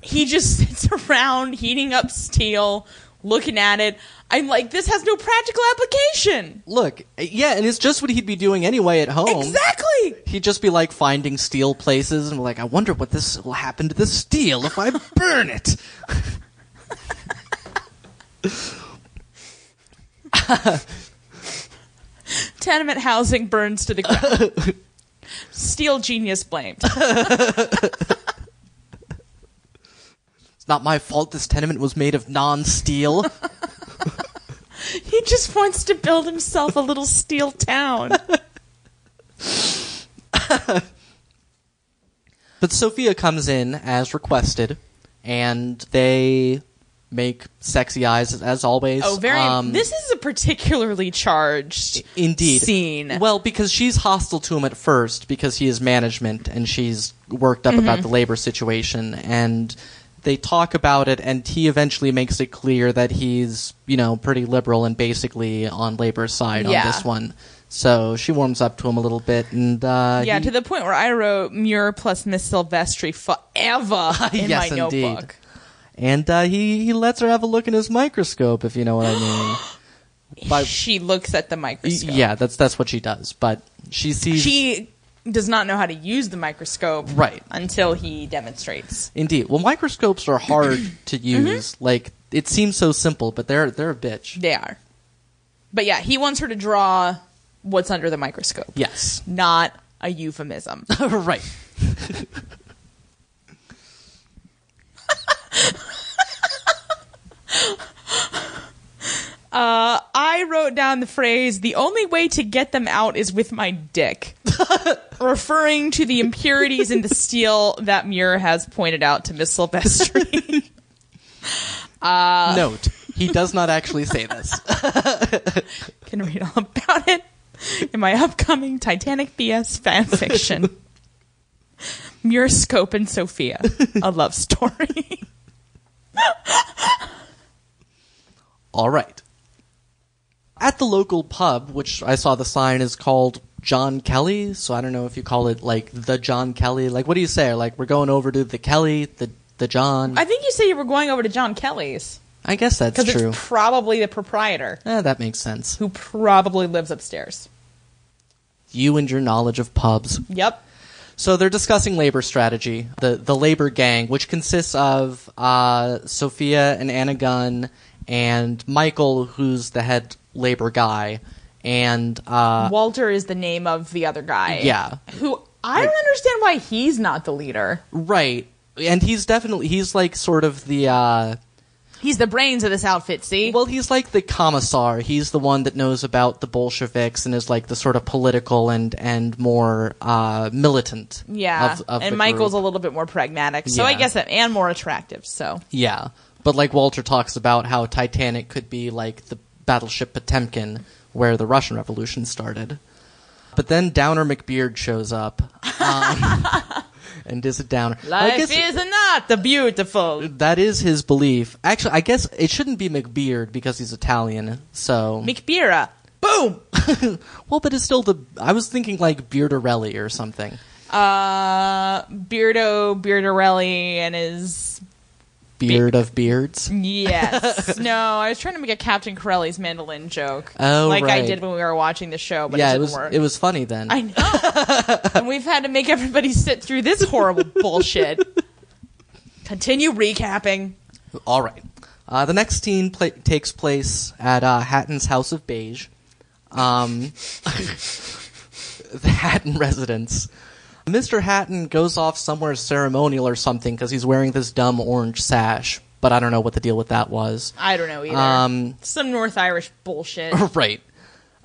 S3: he just sits around heating up steel, looking at it. I'm like, this has no practical application.
S1: Look, yeah, and it's just what he'd be doing anyway at home.
S3: Exactly.
S1: He'd just be like finding steel places and be like, I wonder what this will happen to this steel if I burn it.
S3: Tenement housing burns to the ground. steel genius blamed.
S1: It's not my fault this tenement was made of non steel.
S3: He just wants to build himself a little steel town.
S1: But Sophia comes in as requested, and they make sexy eyes as, as always.
S3: Oh, very.
S1: Um,
S3: this is a particularly charged
S1: indeed
S3: scene.
S1: Well, because she's hostile to him at first because he is management and she's worked up about the
S3: Mm-hmm.
S1: labor situation and they talk about it and he eventually makes it clear that he's, you know, pretty liberal and basically on labor's side
S3: Yeah.
S1: on this one. So she warms up to him a little bit and uh
S3: Yeah,
S1: he-
S3: to the point where I wrote Muir plus Miss Silvestri forever in
S1: yes,
S3: my
S1: indeed.
S3: notebook.
S1: And uh, he he lets her have a look in his microscope, if you know what I mean. By-
S3: she looks at the microscope.
S1: yeah, that's that's what she does. But she sees
S3: She does not know how to use the microscope
S1: Right.
S3: until he demonstrates.
S1: Indeed. Well, microscopes are hard to use.
S3: Mm-hmm.
S1: Like it seems so simple, but they're they're a bitch.
S3: They are. But yeah, he wants her to draw what's under the microscope.
S1: Yes.
S3: Not a euphemism.
S1: right.
S3: Uh, I wrote down the phrase, the only way to get them out is with my dick, referring to the impurities in the steel that Muir has pointed out to Miss Silvestri. Uh.
S1: Note: He does not actually say this.
S3: can read all about it in my upcoming Titanic BS fan fiction. Muir Scope and Sophia, a love story.
S1: All right. At the local pub, which I saw the sign is called John Kelly, so I don't know if you call it like the John Kelly. Like, what do you say? Like, we're going over to the Kelly, the the John.
S3: I
S1: I,
S3: think you said you were going over to John Kelly's
S1: guess that's
S3: because
S1: true.
S3: it's probably the proprietor
S1: Eh, that makes sense.
S3: who probably lives upstairs.
S1: You and your knowledge of pubs.
S3: Yep.
S1: So they're discussing labor strategy, the the labor gang, which consists of uh, Sophia and Anna Gunn and Michael, who's the head labor guy, and uh,
S3: Walter is the name of the other guy.
S1: Yeah.
S3: Who I don't understand why he's not the leader.
S1: right, and he's definitely he's like sort of the uh,
S3: He's the brains of this outfit, see?
S1: well, he's like the commissar. He's the one that knows about the Bolsheviks and is like the sort of political and and more uh, militant.
S3: yeah.
S1: of, of
S3: and
S1: the
S3: Michael's
S1: group.
S3: a little bit more pragmatic. So I
S1: Yeah.
S3: guess that, and more attractive. So
S1: Yeah, but like Walter talks about how Titanic could be like the battleship Potemkin, where the Russian Revolution started. But then Downer McBeard shows up, um, and is a downer. I
S3: Life
S1: guess
S3: is not the beautiful.
S1: that is his belief. Actually, I guess it shouldn't be McBeard because he's Italian. So
S3: McBeera. Boom.
S1: Well, but it's still the. I was thinking like Beardarelli or something.
S3: Uh, Beardo Beardarelli and his
S1: Beard of beards.
S3: yes. no, I was trying to make a Captain Corelli's mandolin joke.
S1: Oh,
S3: like
S1: right.
S3: I did when we were watching the show, but it
S1: yeah,
S3: didn't
S1: it was
S3: work.
S1: it was funny then.
S3: I know. and we've had to make everybody sit through this horrible bullshit. Continue recapping.
S1: All right. Uh, the next scene pla- takes place at uh, Hatton's House of Beige, um, the Hatton residence. Mr. Hatton goes off somewhere ceremonial or something because he's wearing this dumb orange sash, but I don't know what the deal with that was.
S3: I don't know either.
S1: Um,
S3: Some North Irish bullshit.
S1: right.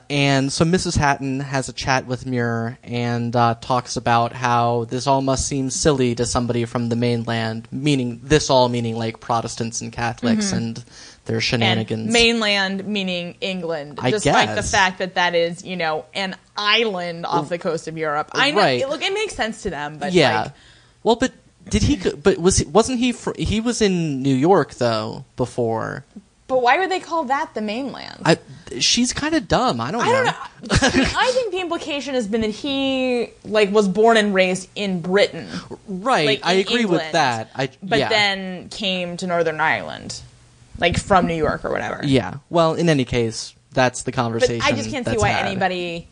S1: And so Mrs. Hatton has a chat with Muir and uh, talks about how this all must seem silly to somebody from the mainland, meaning this all meaning like Protestants and Catholics and their
S3: Mm-hmm. and
S1: shenanigans.
S3: mainland meaning England,
S1: I
S3: despite the
S1: guess.
S3: fact that that is you know an island off the coast of Europe. I know.
S1: Right.
S3: Look, it makes sense to them, but
S1: yeah.
S3: like,
S1: well, but did he? go- But was he, wasn't he? Fr- he was in New York though before.
S3: but why would they call that the mainland?
S1: I, she's kind of dumb. I don't.
S3: I don't know. I, mean, I think the implication has been that he like was born and raised in Britain,
S1: Right.
S3: like,
S1: I
S3: in
S1: agree with
S3: England,
S1: that. I
S3: but
S1: yeah.
S3: then came to Northern Ireland, like from New York or whatever.
S1: Yeah. Well, in any case, that's the
S3: but
S1: conversation.
S3: I just can't see
S1: that's
S3: why
S1: had.
S3: anybody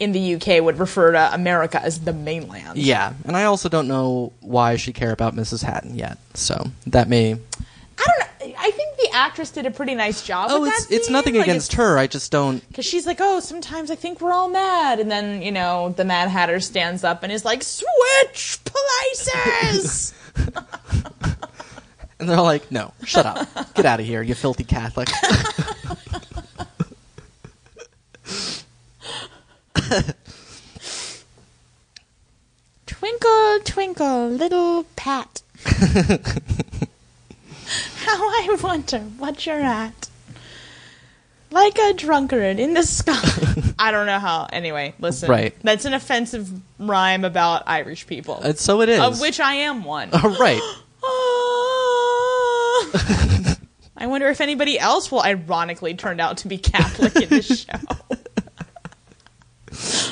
S3: in the UK would refer to America as the mainland.
S1: Yeah, and I also don't know why she care about Mrs. Hatton yet. So that may.
S3: I don't know. I think the actress did a pretty nice job.
S1: Oh,
S3: with
S1: it's
S3: that
S1: it's nothing against her. I just don't.
S3: because she's like, oh, sometimes I think we're all mad, and then you know the Mad Hatter stands up and is like, switch places.
S1: And they're all like, "No, shut up, get out of here, you filthy Catholic."
S3: twinkle, twinkle, little pat. How I wonder what you're at. Like a drunkard in the sky. I don't know how. Anyway, listen.
S1: Right.
S3: That's an offensive rhyme about Irish people.
S1: and so it is. Oh,
S3: of which I am one.
S1: All right.
S3: Ah. I wonder if anybody else will ironically turned out to be Catholic in this show.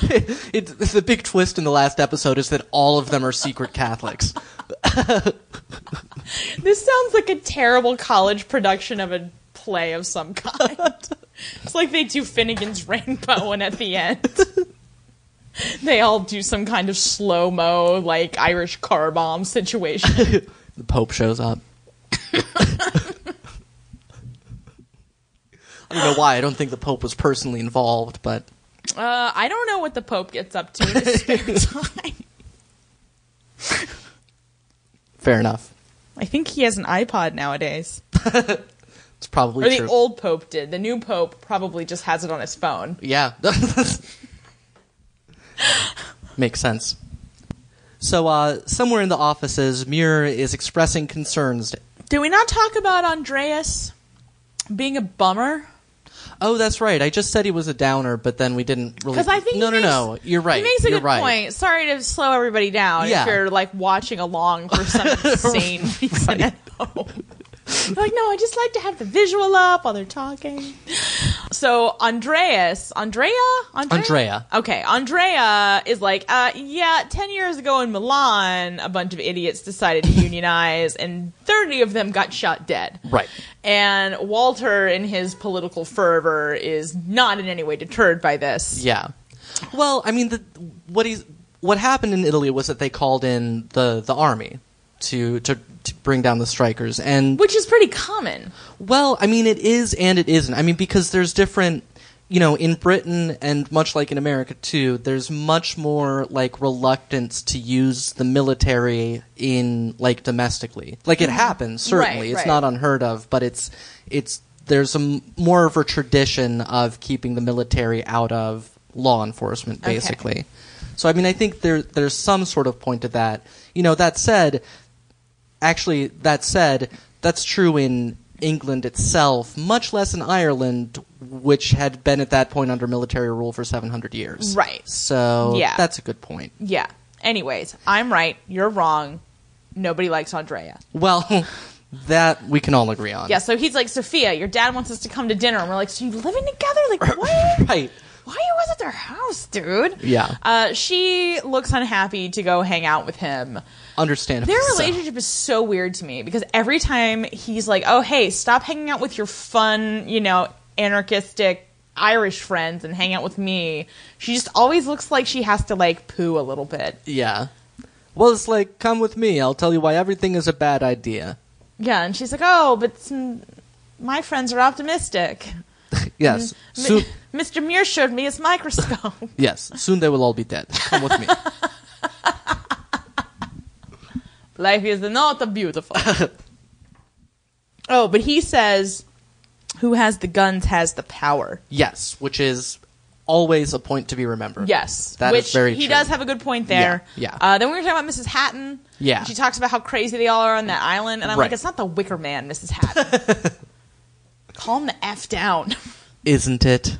S1: It, the big twist in the last episode is that all of them are secret Catholics.
S3: This sounds like a terrible college production of a play of some kind. it's like they do Finnegan's Rainbow, and at the end, they all do some kind of slow mo, like Irish car bomb situation.
S1: The Pope shows up. I don't know why. I don't think the Pope was personally involved, but
S3: Uh, I don't know what the Pope gets up to in his spare time.
S1: fair enough.
S3: I think he has an iPod nowadays.
S1: It's probably
S3: Or the
S1: true.
S3: old Pope did. The new Pope probably just has it on his phone.
S1: Yeah. Makes sense. So, uh, somewhere in the offices, Muir is expressing concerns.
S3: Did we not talk about Andreas being a bummer?
S1: Oh, that's right. I just said he was a downer, but then we didn't really.
S3: Because I think
S1: no,
S3: he
S1: no,
S3: makes-
S1: no. You're right.
S3: He makes a
S1: You're
S3: good
S1: right.
S3: point. Sorry to slow everybody down
S1: Yeah.
S3: if you're like watching along for some insane reason at home. You're like, no, I just like to have the visual up while they're talking. So Andreas, Andrea, Andrea,
S1: Andrea.
S3: Okay, Andrea is like, uh, yeah. Ten years ago in Milan, a bunch of idiots decided to unionize, and thirty of them got shot dead.
S1: Right.
S3: And Walter, in his political fervor, is not in any way deterred by this.
S1: Yeah. Well, I mean, the, what he's what happened in Italy was that they called in the the army to to, to bring down the strikers, and
S3: which is pretty common.
S1: well, I mean, it is and it isn't. I mean, because there's different. You know, in Britain and much like in America too, there's much more like reluctance to use the military in like domestically. Like it happens certainly;
S3: Mm-hmm. Right,
S1: it's
S3: right.
S1: not unheard of, but it's it's there's a m- more of a tradition of keeping the military out of law enforcement,
S3: Okay.
S1: basically. So I mean, I think there there's some sort of point to that. You know, that said, actually, that said, that's true in England itself, much less in Ireland, which had been at that point under military rule for 700 years.
S3: Right.
S1: So
S3: Yeah.
S1: that's a good point.
S3: Yeah. Anyways, I'm right. You're wrong. Nobody likes Andrea.
S1: Well, That we can all agree on.
S3: Yeah, so he's like, Sophia, your dad wants us to come to dinner. And we're like, so you living together? Like, what?
S1: Right.
S3: Why you was at their house, dude?
S1: Yeah.
S3: Uh, she looks unhappy to go hang out with him.
S1: Understandable.
S3: Their
S1: So-
S3: relationship is so weird to me because every time he's like, "Oh, hey, stop hanging out with your fun, you know, anarchistic Irish friends and hang out with me," she just always looks like she has to like poo a little bit.
S1: Yeah. Well, it's like, come with me. I'll tell you why everything is a bad idea.
S3: Yeah, and she's like, "Oh, but some, my friends are optimistic."
S1: Yes.
S3: Mm-hmm.
S1: Soon,
S3: Mr. Muir showed me his microscope.
S1: yes. Soon they will all be dead. Come with me.
S3: Life is not beautiful. oh, but he says, "Who has the guns has the power."
S1: Yes, which is always a point to be remembered.
S3: Yes,
S1: that is
S3: which
S1: very
S3: he
S1: true.
S3: does have a good point there.
S1: Yeah, yeah.
S3: Uh, then we were talking about Mrs. Hatton.
S1: Yeah.
S3: she talks about how crazy they all are on that island, and I'm
S1: Right.
S3: like, it's not the Wicker Man, Mrs. Hatton. Calm the f down.
S1: Isn't it?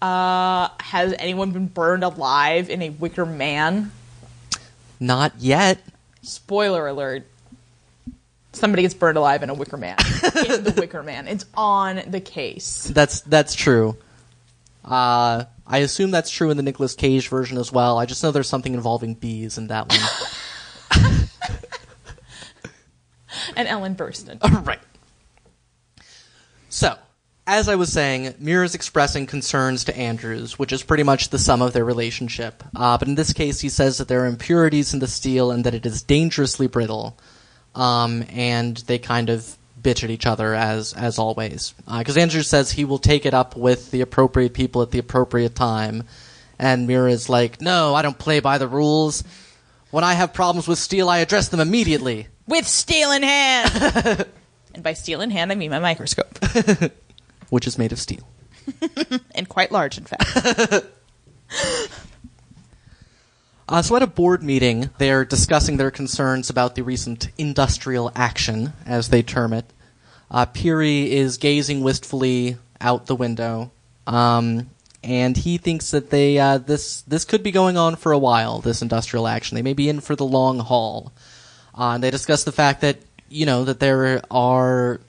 S3: Uh, has anyone been burned alive in a Wicker Man?
S1: Not yet.
S3: Spoiler alert. Somebody gets burned alive in a Wicker Man. in the Wicker Man. It's on the case.
S1: That's that's true. Uh, I assume that's true in the Nicolas Cage version as well. I just know there's something involving bees in that one.
S3: And Ellen Burstyn.
S1: right. So, as I was saying, Muir is expressing concerns to Andrews, which is pretty much the sum of their relationship. Uh, but in this case, he says that there are impurities in the steel and that it is dangerously brittle. Um, and they kind of bitch at each other as as always, because Andrews says he will take it up with the appropriate people at the appropriate time, and Muir is like, "No, I don't play by the rules. When I have problems with steel, I address them immediately."
S3: With steel in hand. and by steel in hand, I mean my microscope.
S1: Which is made of steel.
S3: and quite large, in fact.
S1: Uh, so at a board meeting, they're discussing their concerns about the recent industrial action, as they term it. Uh, Peary is gazing wistfully out the window, um, and he thinks that they uh, this this could be going on for a while. This industrial action, they may be in for the long haul. Uh, and they discuss the fact that you know that there are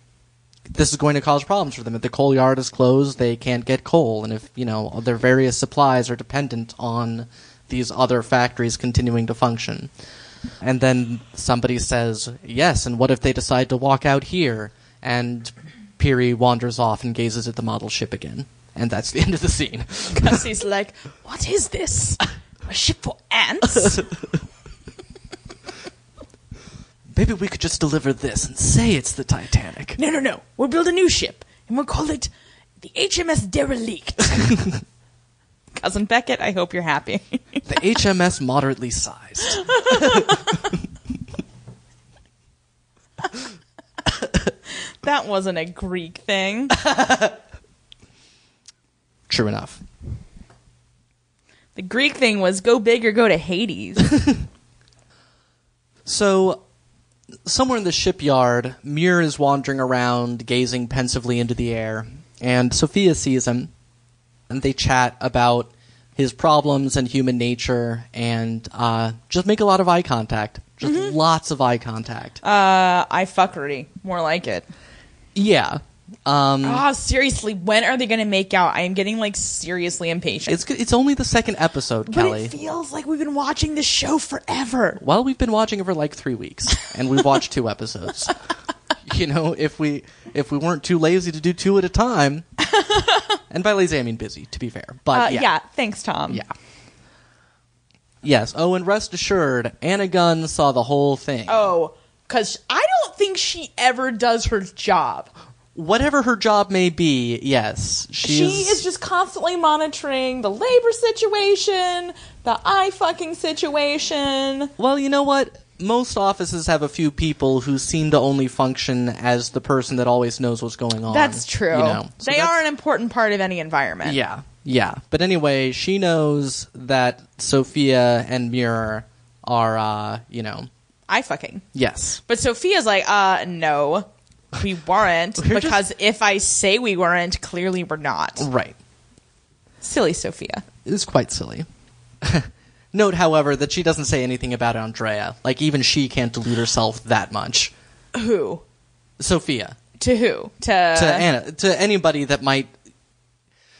S1: this is going to cause problems for them. If the coal yard is closed, they can't get coal, and if you know their various supplies are dependent on these other factories continuing to function. And then somebody says, "Yes, and what if they decide to walk out here?" And Peary wanders off and gazes at the model ship again, and that's the end of the scene.
S3: Because he's like, what is this? A ship for ants?
S1: Maybe we could just deliver this and say it's the Titanic.
S3: No, no, no. We'll build a new ship, and we'll call it the HMS Derelict. Cousin Beckett, I hope you're happy.
S1: The HMS moderately sized.
S3: that wasn't a Greek thing.
S1: True enough.
S3: The Greek thing was go big or go to Hades.
S1: So, somewhere in the shipyard, Muir is wandering around, gazing pensively into the air, and Sophia sees him, and they chat about his problems and human nature, and uh, just make a lot of eye contact. Just
S3: Mm-hmm.
S1: lots of eye contact.
S3: Uh, I fuckery. More like it.
S1: yeah. Um,
S3: Ah, seriously, when are they going to make out? I am getting, like, seriously impatient.
S1: it's, it's only the second episode,
S3: but
S1: Kelly.
S3: it feels like we've been watching this show forever.
S1: well, we've been watching it for like three weeks, and we've watched two episodes. You know, if we if we weren't too lazy to do two at a time, and by lazy I mean busy, to be fair.
S3: Uh,
S1: But
S3: yeah. thanks, Tom.
S1: Yeah. Yes. Oh, and rest assured, Anna Gunn saw the whole thing.
S3: Oh, because I don't think she ever does her job.
S1: Whatever her job may be, yes, she's,
S3: she is just constantly monitoring the labor situation, the eye fucking situation.
S1: Well, you know what? Most offices have a few people who seem to only function as the person that always knows what's going on.
S3: That's true.
S1: You know, So
S3: they
S1: that's-
S3: are an important part of any environment.
S1: Yeah, yeah. But anyway, she knows that Sophia and Muir are, uh, you know,
S3: Eye fucking.
S1: yes,
S3: But Sophia's like, uh, no, we weren't.
S1: We're just-
S3: because if I say we weren't, clearly we're not.
S1: right.
S3: Silly Sophia.
S1: is quite silly. Note, however, that she doesn't say anything about Andrea. Like, even she can't delude herself that much.
S3: Who?
S1: Sophia
S3: To who? To,
S1: to Anna to anybody that might.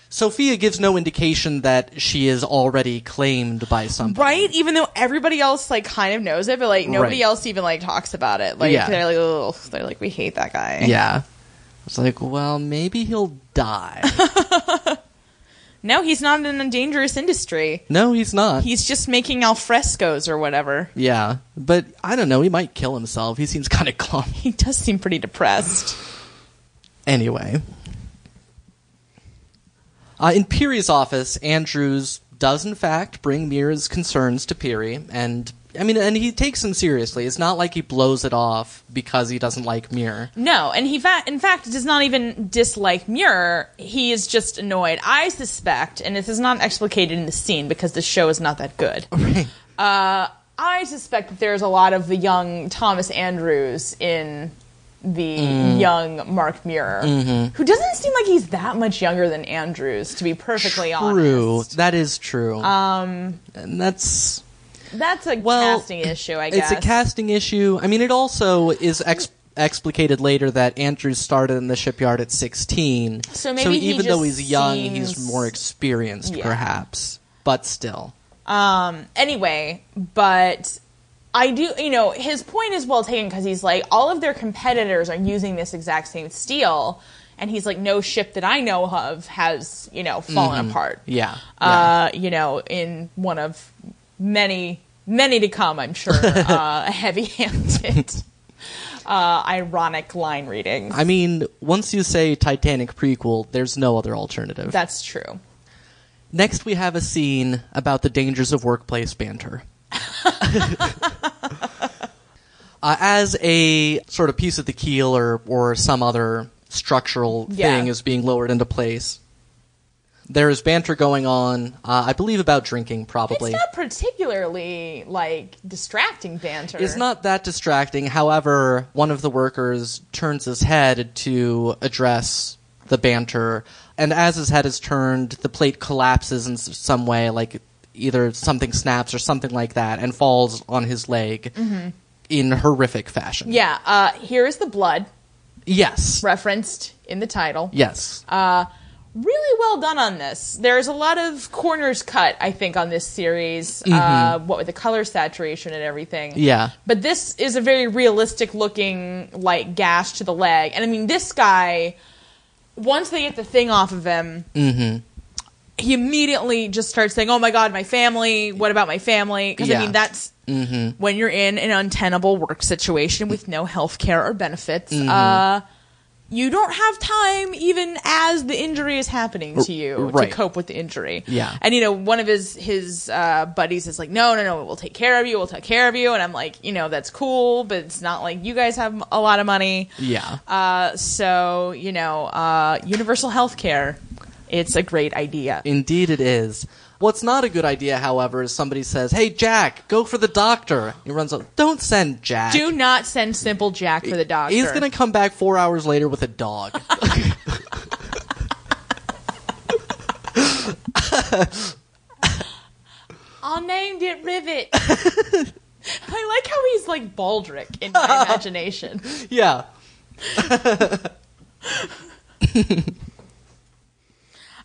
S1: Sophia gives no indication that she is already claimed by somebody.
S3: Right? Even though everybody else like kind of knows it, but like nobody
S1: Right.
S3: else even like talks about it. Like
S1: Yeah.
S3: they're like, Ugh. they're like, we hate that guy.
S1: Yeah. It's like, well, maybe he'll die.
S3: No, he's not in a dangerous industry.
S1: no, he's not.
S3: He's just making alfrescos or whatever.
S1: yeah, but I don't know. He might kill himself. He seems kind of calm.
S3: He does seem pretty depressed.
S1: Anyway. Uh, in Peary's office, Andrews does, in fact, bring Mira's concerns to Peary, and I mean, and he takes them seriously. It's not like he blows it off because he doesn't like Mira.
S3: No, and he fa- in fact does not even dislike Muir. He is just annoyed. I suspect, and this is not explicated in the scene because the show is not that good. Uh, I suspect that there's a lot of the young Thomas Andrews in the
S1: Mm.
S3: young Mark Muir,
S1: Mm-hmm.
S3: who doesn't seem like he's that much younger than Andrews. To be perfectly
S1: True,
S3: honest,
S1: that is true. Um, and that's
S3: that's a
S1: well,
S3: casting issue. I guess
S1: It's a casting issue. I mean, it also is ex- explicated later that Andrews started in the shipyard at 16.
S3: So maybe he
S1: even though
S3: just
S1: he's young, he's
S3: seems-
S1: more experienced,
S3: Yeah.
S1: perhaps. But still.
S3: anyway, but I do, you know, his point is well taken because he's like, all of their competitors are using this exact same steel. And he's like, no ship that I know of has, you know, fallen apart.
S1: Mm-hmm. Yeah.
S3: Uh, you know, in one of many, many to come, I'm sure, uh, heavy handed, uh, ironic line readings.
S1: I mean, once you say Titanic prequel, there's no other alternative.
S3: That's true.
S1: Next, we have a scene about the dangers of workplace banter. uh, as a sort of piece of the keel or, or some other structural
S3: Yeah.
S1: thing is being lowered into place, there is banter going on, uh, I believe, about drinking,
S3: It's
S1: probably.
S3: not particularly, like, distracting banter.
S1: It's not that distracting. However, one of the workers turns his head to address the banter, and as his head is turned, the plate collapses in s- some way, like either something snaps or something like that, and falls on his leg in horrific fashion.
S3: Mm-hmm. Yeah. Uh, here is the blood
S1: Yes.
S3: referenced in the title.
S1: Yes.
S3: Uh, really well done on this. There's a lot of corners cut, I think, on this series. Uh, what with the color saturation and everything.
S1: Yeah.
S3: But this is a very realistic looking, like gash to the leg. And I mean, this guy, once they get the thing off of him.
S1: Mm-hmm.
S3: He immediately just starts saying, "Oh my god, my family! What about my family?" Because
S1: Yeah. Mm-hmm.
S3: I mean, that's when you're in an untenable work situation with no health care or benefits.
S1: Mm-hmm.
S3: Uh, you don't have time even as the injury is happening to you
S1: right.
S3: to cope with the injury.
S1: Yeah.
S3: And you know, one of his his uh, buddies is like, "No, no, no, we'll take care of you. We'll take care of you." And I'm like, "You know, that's cool, but it's not like you guys have a lot of money."
S1: yeah.
S3: Uh, so, you know, uh, universal health care, it's a great idea.
S1: Indeed, it is. What's not a good idea, however, is somebody says, "Hey, Jack, go for the doctor." He runs up. Don't send Jack.
S3: Do not send simple Jack for the doctor.
S1: He's gonna come back four hours later with a dog.
S3: I named it Rivet. I like how he's like Baldric in my imagination.
S1: yeah.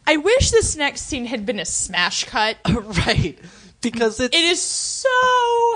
S3: I wish this next scene had been a smash cut.
S1: right because it's
S3: It is so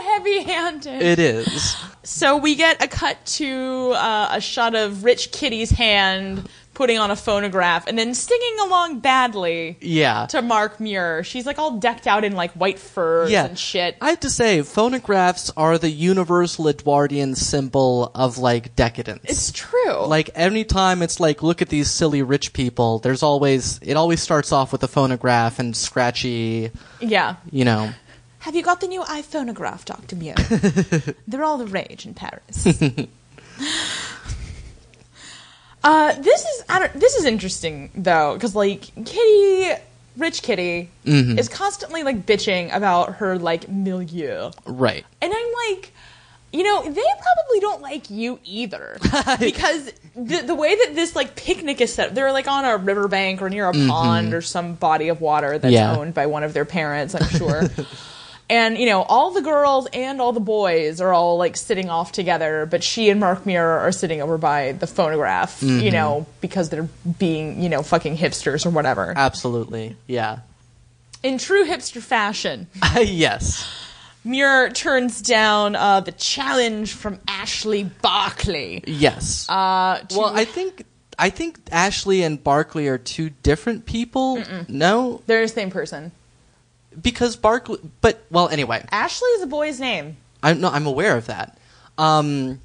S3: heavy handed.
S1: it is
S3: So we get a cut to uh, a shot of Rich Kitty's hand putting on a phonograph and then singing along badly
S1: yeah
S3: to Mark Muir. She's like all decked out in like white furs
S1: yeah
S3: and shit.
S1: i have to say phonographs are the universal edwardian symbol of like decadence
S3: it's true.
S1: like any time it's like look at these silly rich people there's always it always starts off with a phonograph and scratchy
S3: yeah.
S1: you know
S3: Have you got the new iPhonograph, Dr. Muir? They're all the rage in Paris. uh, this is I don't, this is interesting though, because like Kitty, rich Kitty,
S1: Mm-hmm.
S3: is constantly like bitching about her like milieu,
S1: right
S3: and I'm like. You know, they probably don't like you either because the, the way that this like picnic is set up, they're like on a riverbank or near a pond or some body of water that's
S1: Yeah.
S3: owned by one of their parents, I'm sure. And, you know, all the girls and all the boys are all like sitting off together, but she and Mark Muir are sitting over by the phonograph, you know, because they're being, you know, fucking hipsters or whatever.
S1: Uh, Absolutely. Yeah.
S3: In true hipster fashion,
S1: yes.
S3: Muir turns down uh, the challenge from Ashley Barkley.
S1: Yes.
S3: Uh, to-
S1: well, I think I think Ashley and Barkley are two different people. No,
S3: they're the same person.
S1: because Barkley. But well, anyway,
S3: Ashley is a boy's name.
S1: I'm no, I'm aware of that. Um,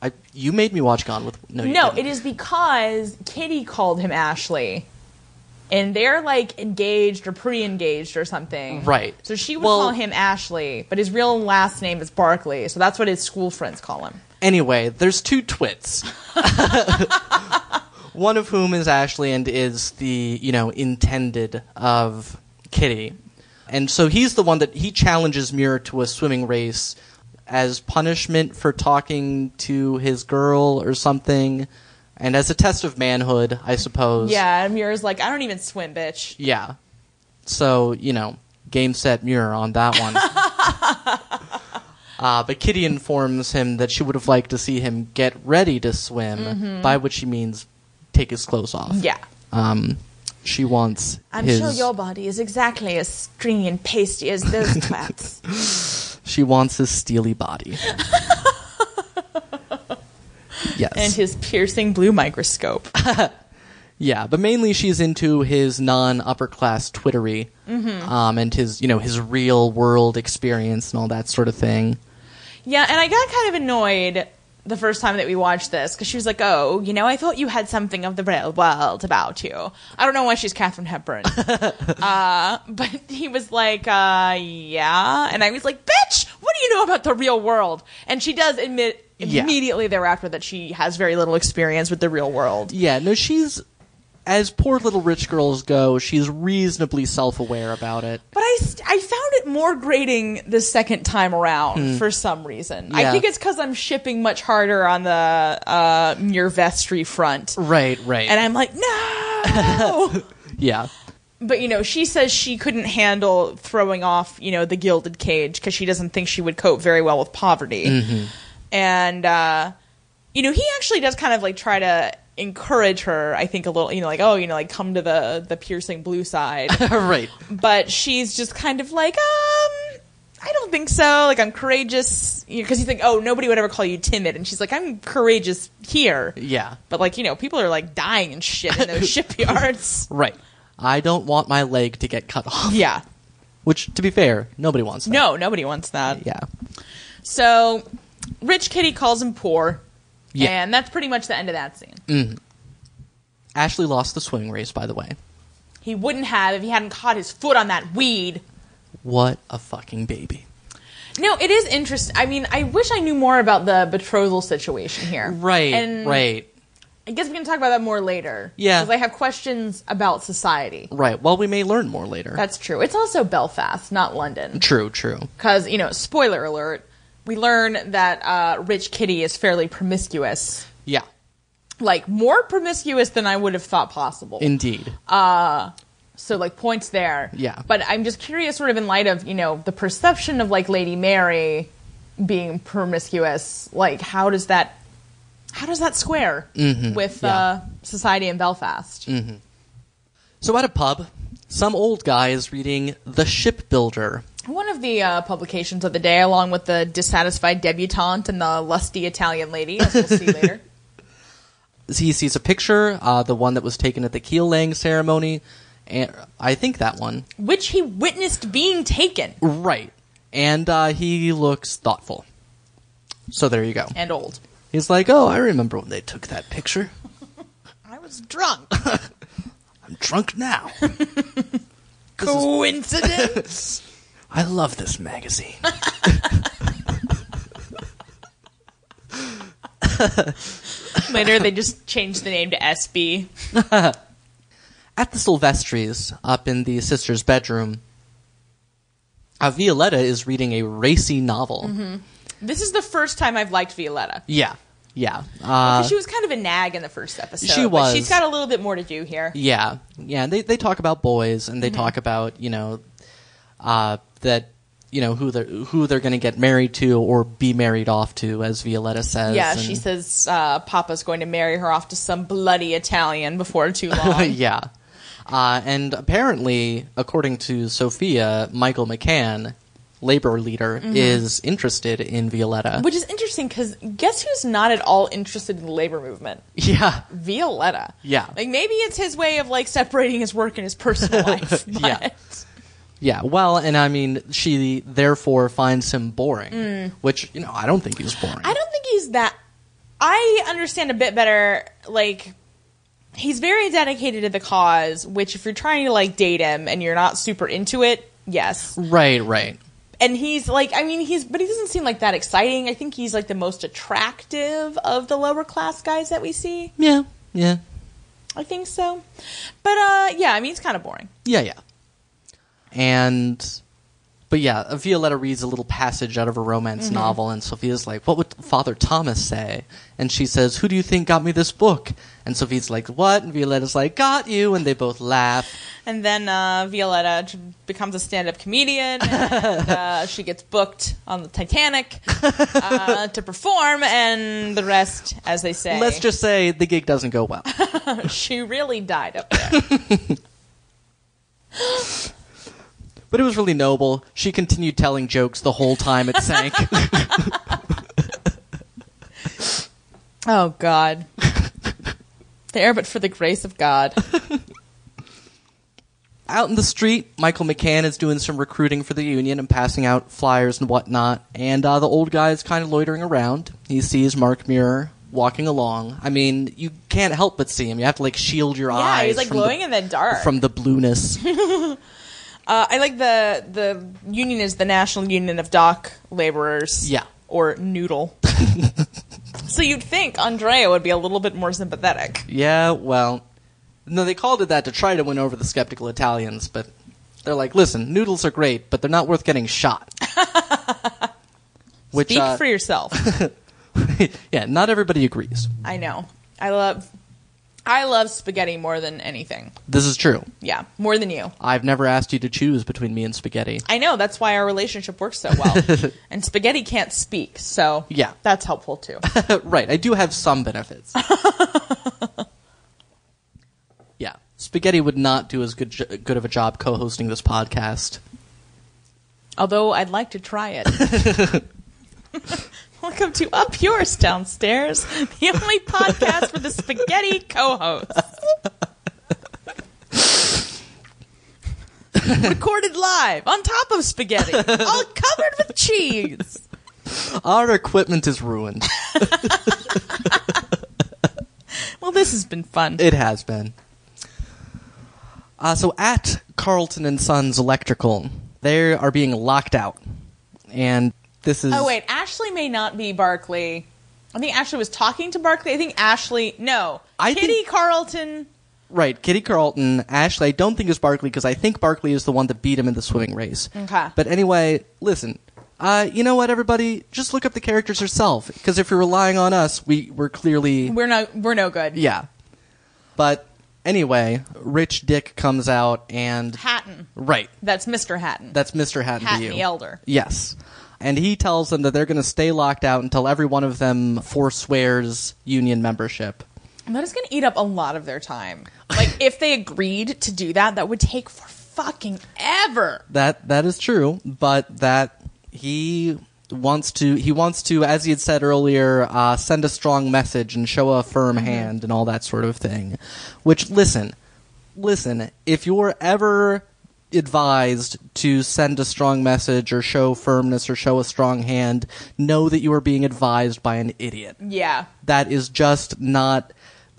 S1: I you made me watch Gone with no. Oh, you
S3: No,
S1: didn't.
S3: it is because Kitty called him Ashley. And they're like engaged or pretty engaged or something.
S1: Right.
S3: So she would
S1: Well-
S3: call him Ashley, but his real last name is Barkley. So that's what his school friends call him.
S1: Anyway, there's two twits. One of whom is Ashley and is the, you know, intended of Kitty. And so he's the one that he challenges Muir to a swimming race as punishment for talking to his girl or something and as a test of manhood, I suppose.
S3: Yeah, and Muir's like, I don't even swim, bitch.
S1: Yeah. So, you know, game set Muir on that one. uh, but Kitty informs him that she would have liked to see him get ready to swim, by which she means take his clothes off.
S3: Mm-hmm. Yeah.
S1: Um, she wants
S3: I'm
S1: his,
S3: sure your body is exactly as stringy and pasty as those twats.
S1: she wants his steely body. yes.
S3: and his piercing blue microscope.
S1: Yeah, but mainly she's into his non upper class twittery,
S3: Mm-hmm.
S1: um, and his you know his real world experience and all that sort of thing.
S3: Yeah, and I got kind of annoyed the first time that we watched this because she was like, "Oh, you know, I thought you had something of the real world about you." I don't know why she's Katherine Hepburn, uh, but he was like, uh, "Yeah," and I was like, "Bitch, what do you know about the real world?" And she does admit
S1: Yeah.
S3: immediately thereafter that she has very little experience with the real world.
S1: Yeah, no, she's as poor little rich girls go, she's reasonably self aware about it.
S3: But I, st- I found it more grating the second time around for some reason. I
S1: Yeah.
S3: think it's because I'm shipping much harder on the uh, Muir Vestry front.
S1: Right, right.
S3: And I'm like, no.
S1: yeah.
S3: but you know, she says she couldn't handle throwing off, you know, the gilded cage because she doesn't think she would cope very well with poverty. And uh, you know, he actually does kind of like try to encourage her. I think a little, you know, like oh, you know, like come to the the piercing blue side.
S1: right.
S3: but she's just kind of like, um. I don't think so. Like I'm courageous, because you know, 'cause he's like, oh, nobody would ever call you timid, and she's like, I'm courageous here.
S1: Yeah.
S3: But like, you know, people are like dying and shit in those shipyards.
S1: Right. I don't want my leg to get cut off.
S3: Yeah.
S1: Which, to be fair, nobody wants that.
S3: No, nobody wants that.
S1: Yeah.
S3: So, Rich Kitty calls him poor.
S1: Yeah.
S3: And that's pretty much the end of that scene.
S1: Ashley lost the swimming race, by the way.
S3: He wouldn't have if he hadn't caught his foot on that weed.
S1: What a fucking baby.
S3: No, it is interesting. I mean, I wish I knew more about the betrothal situation here.
S1: Right.
S3: And
S1: right.
S3: I guess we can talk about that more later.
S1: Yeah.
S3: Because I have questions about society.
S1: Right. Well, we may learn more later.
S3: That's true. It's also Belfast, not London.
S1: true, true.
S3: Because, you know, spoiler alert, we learn that uh, Rich Kitty is fairly promiscuous.
S1: Yeah.
S3: Like, more promiscuous than I would have thought possible.
S1: Indeed.
S3: So like points there.
S1: Yeah.
S3: But I'm just curious, sort of in light of you know the perception of like Lady Mary being promiscuous, like how does that how does that square with
S1: Mm-hmm. yeah.
S3: uh, society in Belfast?
S1: so, at a pub, some old guy is reading The Shipbuilder.
S3: One of the uh, publications of the day, along with the dissatisfied debutante and the lusty Italian lady, as we'll see later.
S1: he sees a picture, uh, the one that was taken at the keel laying ceremony, and I think that one.
S3: Which he witnessed being taken
S1: Right. And uh, he looks thoughtful. So there you go.
S3: and old.
S1: He's like, "Oh, I remember when they took that picture.
S3: I was drunk.
S1: I'm drunk now.
S3: Coincidence?
S1: I love this magazine."
S3: Later, they just changed the name to SB.
S1: at the Silvestris up in the sister's bedroom, uh, Violetta is reading a racy novel.
S3: This is the first time I've liked Violetta.
S1: Yeah, yeah, uh,
S3: 'Cause she was kind of a nag in the first episode.
S1: she
S3: but
S1: was.
S3: she's got a little bit more to do here. Mm-hmm.
S1: yeah, yeah. They they talk about boys and they talk about you know uh, that you know who they're who they're going to get married to or be married off to, as Violetta says.
S3: Yeah,
S1: and-
S3: she says uh, Papa's going to marry her off to some bloody Italian before too long.
S1: yeah. Uh, and apparently, according to Sophia, Michael McCann, labor leader,
S3: Mm-hmm.
S1: is interested in Violetta.
S3: Which is interesting because guess who's not at all interested in the labor movement?
S1: yeah.
S3: Violetta.
S1: Yeah.
S3: Like maybe it's his way of like separating his work and his personal life. But
S1: Yeah. Yeah. Well, and I mean, she therefore finds him boring, which, you know, I don't think he's boring.
S3: Mm. I don't think he's that. I understand a bit better. Like he's very dedicated to the cause. Which if you're trying to like date him and you're not super into it, yes.
S1: Right, right.
S3: And he's like, I mean, he's but he doesn't seem like that exciting. I think he's like the most attractive of the lower class guys that we see.
S1: Yeah, yeah.
S3: I think so. But uh, yeah, I mean, it's kind of boring.
S1: Yeah, yeah. And, but yeah, Violetta reads a little passage out of a romance novel, and Sophia's like, What would Father Thomas say? And she says, Who do you think got me this book? And Sophia's like, What? And Violetta's like, Got you. And they both laugh.
S3: And then uh, Violetta t- becomes a stand-up comedian. And, uh, she gets booked on the Titanic uh, to perform, and the rest, as they say,
S1: Let's just say the gig doesn't go well.
S3: she really died up there.
S1: But it was really noble. She continued telling jokes the whole time it sank.
S3: oh God! there, but for the grace of God,
S1: out in the street, Michael McCann is doing some recruiting for the union and passing out flyers and whatnot. And uh, the old guy is kind of loitering around. He sees Mark Muir walking along. I mean, you can't help but see him. You have to like shield your eyes.
S3: yeah, he's like
S1: from
S3: glowing
S1: the,
S3: in the dark.
S1: from the blueness.
S3: uh, I like the the union is the National Union of Dock Laborers.
S1: Yeah.
S3: or Noodle. so you'd think Andrea would be a little bit more sympathetic.
S1: yeah, well, no, they called it that to try to win over the skeptical Italians, but they're like, listen, noodles are great, but they're not worth getting shot. Which,
S3: Speak
S1: uh,
S3: for yourself.
S1: yeah, not everybody agrees.
S3: I know. I love I love spaghetti more than anything.
S1: This is true.
S3: Yeah, more than you.
S1: I've never asked you to choose between me and spaghetti.
S3: I know that's why our relationship works so well. and spaghetti can't speak, so
S1: Yeah.
S3: that's helpful too.
S1: right, I do have some benefits. yeah, Spaghetti would not do as good jo- good of a job co-hosting this podcast.
S3: Although I'd like to try it. Welcome to Up Yours Downstairs, the only podcast with a spaghetti co-host. Recorded live on top of spaghetti, all covered with cheese.
S1: Our equipment is ruined.
S3: Well, this has been fun.
S1: it has been. Uh, so at Carlton and Sons Electrical, they are being locked out, and this is
S3: Oh wait, Ashley may not be Barkley. I think Ashley was talking to Barkley. I think Ashley. No,
S1: I
S3: Kitty
S1: think-
S3: Carlton.
S1: Right, Kitty Carlton, Ashley, I don't think it's Barkley because I think Barkley is the one that beat him in the swimming race.
S3: Okay.
S1: But anyway, listen. Uh, you know what, everybody? Just look up the characters yourself because if you're relying on us, we, we're clearly.
S3: We're no, we're no good.
S1: yeah. But anyway, Rich Dick comes out and.
S3: Hatton.
S1: Right.
S3: That's Mister Hatton.
S1: That's Mr. Hatton,
S3: Hatton
S1: to you.
S3: the Elder.
S1: Yes. And he tells them that they're going to stay locked out until every one of them forswears union membership.
S3: That is going to eat up a lot of their time. Like if they agreed to do that, that would take for fucking ever.
S1: That that is true, but that he wants to he wants to, as he had said earlier, uh, send a strong message and show a firm hand and all that sort of thing. Which listen, listen, if you're ever advised to send a strong message or show firmness or show a strong hand, know that you are being advised by an idiot
S3: Yeah.
S1: that is just not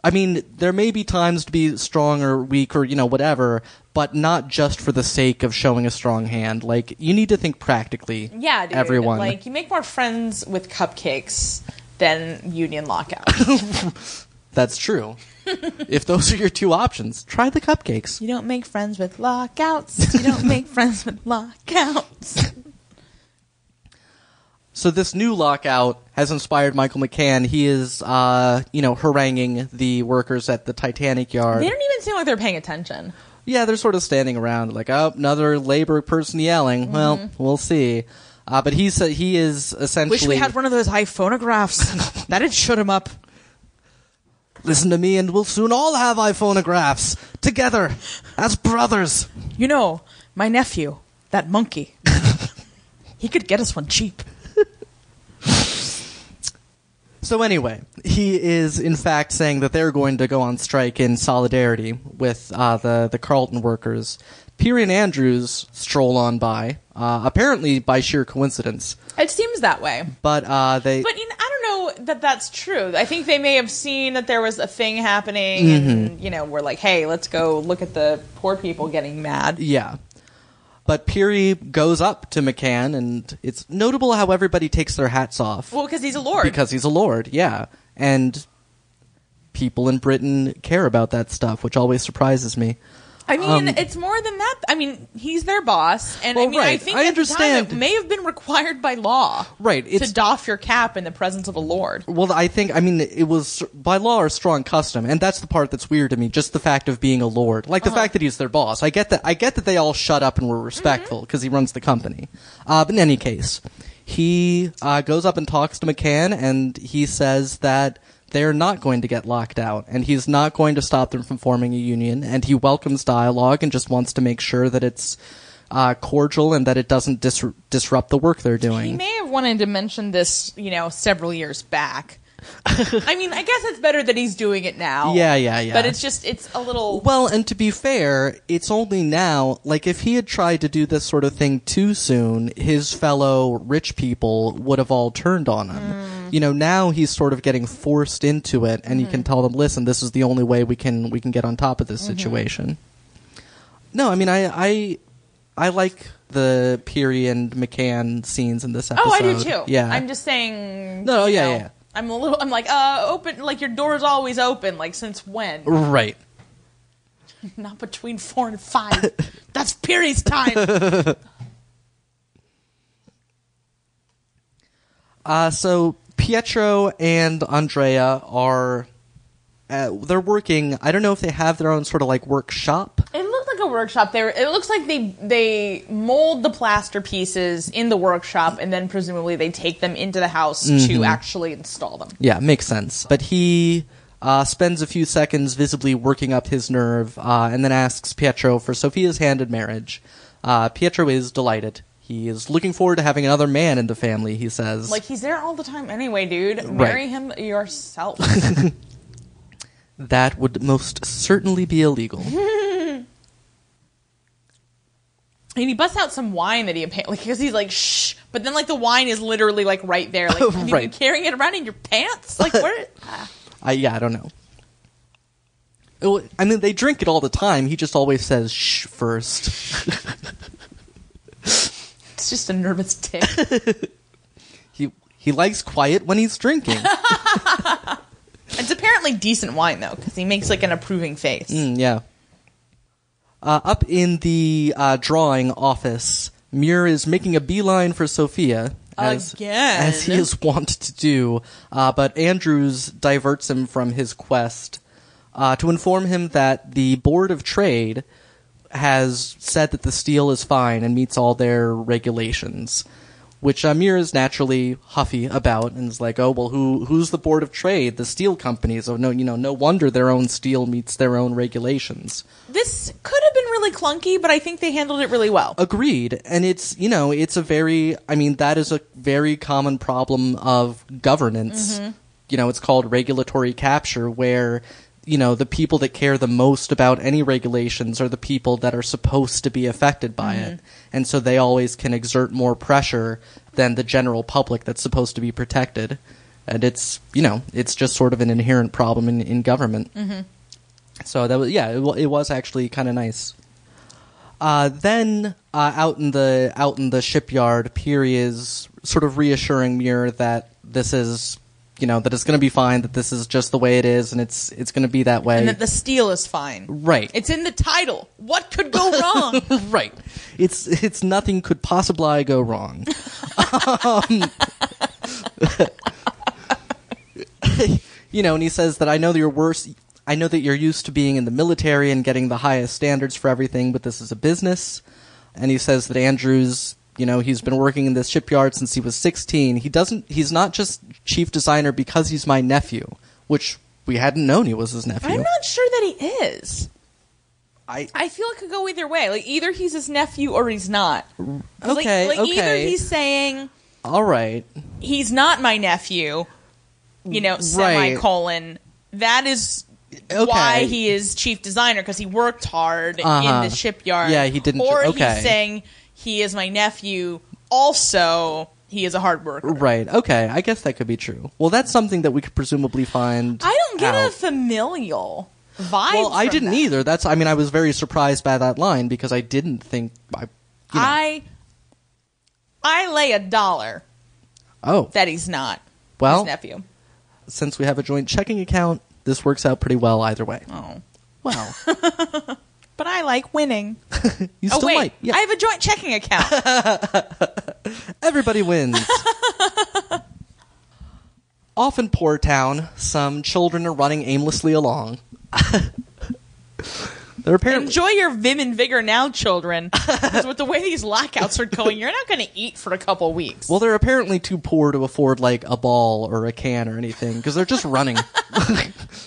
S1: I mean, there may be times to be strong or weak or, you know, whatever, but not just for the sake of showing a strong hand. Like, you need to think practically.
S3: Yeah, dude.
S1: Everyone.
S3: Like you make more friends with cupcakes than union lockout.
S1: That's true. if those are your two options, try the cupcakes.
S3: You don't make friends with lockouts. You don't make friends with lockouts.
S1: So this new lockout has inspired Michael McCann. He is, uh, you know, haranguing the workers at the Titanic yard.
S3: They don't even seem like they're paying attention.
S1: yeah, they're sort of standing around like, oh, another labor person yelling. Well, we'll see. Uh, but he's he is essentially
S3: Wish Mm-hmm. we had one of those high phonographs. That'd shut him up.
S1: listen to me, and we'll soon all have iPhonographs together as brothers.
S3: You know, my nephew, that monkey, he could get us one cheap.
S1: So anyway, he is in fact saying that they're going to go on strike in solidarity with uh, the the Carlton workers. Peary and Andrews stroll on by, uh, apparently by sheer coincidence.
S3: It seems that way.
S1: But uh, they
S3: But you know, I don't know that that's true. I think they may have seen that there was a thing happening,
S1: Mm-hmm.
S3: and you know, we're like, hey, let's go look at the poor people getting mad.
S1: Yeah. But Peary goes up to McCann, and it's notable how everybody takes their hats off
S3: Well, because he's a lord.
S1: because he's a lord. Yeah. And people in Britain care about that stuff, which always surprises me.
S3: I mean, it's more than that. I mean, he's their boss, and
S1: um, Well,
S3: I mean, I
S1: right.
S3: think
S1: I
S3: at the time
S1: understand.
S3: it may have been required by law,
S1: Right,
S3: to
S1: it's-
S3: doff your cap in the presence of a lord.
S1: Well, I think, I mean, it was by law a strong custom, and that's the part that's weird to me, just the fact of being a lord. Like the
S3: Uh-huh.
S1: fact that he's their boss. I get that, I get that they all shut up and were
S3: Mm-hmm.
S1: respectful because he runs the company. Uh, but in any case, he uh, goes up and talks to McCann, and he says that they're not going to get locked out, and he's not going to stop them from forming a union, and he welcomes dialogue and just wants to make sure that it's uh, cordial and that it doesn't dis- disrupt the work they're doing.
S3: He may have wanted to mention this, you know, several years back. I mean, I guess it's better that he's doing it now.
S1: Yeah, yeah, yeah.
S3: But it's just, it's a little.
S1: Well, and to be fair, it's only now, like, if he had tried to do this sort of thing too soon, his fellow rich people would have all turned on him.
S3: Hmm.
S1: You know, now he's sort of getting forced into it, and you can tell them, listen, this is the only way we can, we can get on top of this
S3: Mm-hmm.
S1: situation. No, I mean, I, I, I like the Peary and McCann scenes in this episode.
S3: oh, I do too.
S1: Yeah.
S3: I'm just saying.
S1: No,
S3: you
S1: yeah,
S3: know,
S1: yeah.
S3: I'm a little. I'm like, uh, open. Like your door's always open. Like since when?
S1: Right.
S3: Not between four and five. That's Perry's time.
S1: Uh, so Pietro and Andrea are uh, they're working. I don't know if they have their own sort of like workshop.
S3: It looked like a workshop. They were, it looks like they they mold the plaster pieces in the workshop, and then presumably they take them into the house
S1: Mm-hmm.
S3: to actually install them.
S1: Yeah, makes sense. But he uh, spends a few seconds visibly working up his nerve, uh, and then asks Pietro for Sophia's hand in marriage. Uh, Pietro is delighted. He is looking forward to having another man in the family. He says,
S3: Like he's there all the time anyway, dude. Marry him yourself.
S1: that would most certainly be illegal.
S3: And he busts out some wine that he apparently because he's like shh, but then like the wine is literally like right there. Like have you been
S1: Right.
S3: carrying it around in your pants? Like where? Ah.
S1: I yeah, I don't know. Well, I mean, they drink it all the time. He just always says "shh" first.
S3: it's just a nervous tick.
S1: He he likes quiet when he's drinking.
S3: it's apparently decent wine though because he makes like an approving face.
S1: Mm, yeah. Uh, up in the uh, drawing office, Muir is making a beeline for Sophia. As,
S3: Again.
S1: As he is wont to do. Uh, but Andrews diverts him from his quest uh, to inform him that the Board of Trade has said that the steel is fine and meets all their regulations. Which uh, Muir is naturally huffy about and is like, oh well, who who's the board of trade? The steel companies. Oh no, you know, no wonder their own steel meets their own regulations.
S3: This could have been really clunky, but I think they handled it really well.
S1: Agreed. And it's, you know, it's a very, I mean, that is a very common problem of governance. You know, it's called regulatory capture, where, you know, the people that care the most about any regulations are the people that are supposed to be affected by it. And so they always can exert more pressure than the general public that's supposed to be protected. And it's, you know, it's just sort of an inherent problem in, in government. So that was, yeah, it, wa- it was actually kind of nice. Uh, then uh, out in the out in the shipyard, Peary is sort of reassuring Muir that this is, you know, that it's going to be fine. That this is just the way it is, and it's it's going to be that way.
S3: and that the steel is fine.
S1: right.
S3: It's in the title. What could go wrong?
S1: right. It's it's nothing could possibly go wrong. Um, you know, and he says that I know that your worst I know that you're used to being in the military and getting the highest standards for everything, but this is a business. And he says that Andrews, you know, he's been working in this shipyard since he was 16. He doesn't, he's not just chief designer because he's my nephew, which we hadn't known he was his nephew.
S3: I'm not sure that he is.
S1: I,
S3: I feel it could go either way. Like either he's his nephew or he's not. 'Cause, like-
S1: Okay,
S3: Like, either
S1: okay.
S3: he's saying
S1: all right.
S3: he's not my nephew. You know, semicolon. That is why
S1: Okay.
S3: he is chief designer because he worked hard
S1: Uh-huh.
S3: in the shipyard.
S1: Yeah, he didn't ju-
S3: Or
S1: okay.
S3: he's saying he is my nephew. Also, he is a hard worker.
S1: Right. Okay. I guess that could be true. Well, that's something that we could presumably find.
S3: I don't get
S1: out.
S3: a familial vibe.
S1: Well, I
S3: from
S1: didn't
S3: that.
S1: either. That's. I mean, I was very surprised by that line because I didn't think. I. You know,
S3: I I lay a dollar
S1: oh.
S3: that he's not
S1: Well,
S3: his nephew.
S1: since we have a joint checking account, this works out pretty well either way.
S3: Oh.
S1: Well,
S3: But I like winning.
S1: you
S3: Oh
S1: still
S3: wait,
S1: might. Yeah.
S3: I have a joint checking account.
S1: Everybody wins. Off in Poor Town, some children are running aimlessly along. They're apparently
S3: Enjoy your vim and vigor now, children. Because with the way these lockouts are going, you're not going to eat for a couple weeks.
S1: Well, they're apparently too poor to afford like a ball or a can or anything because they're just running.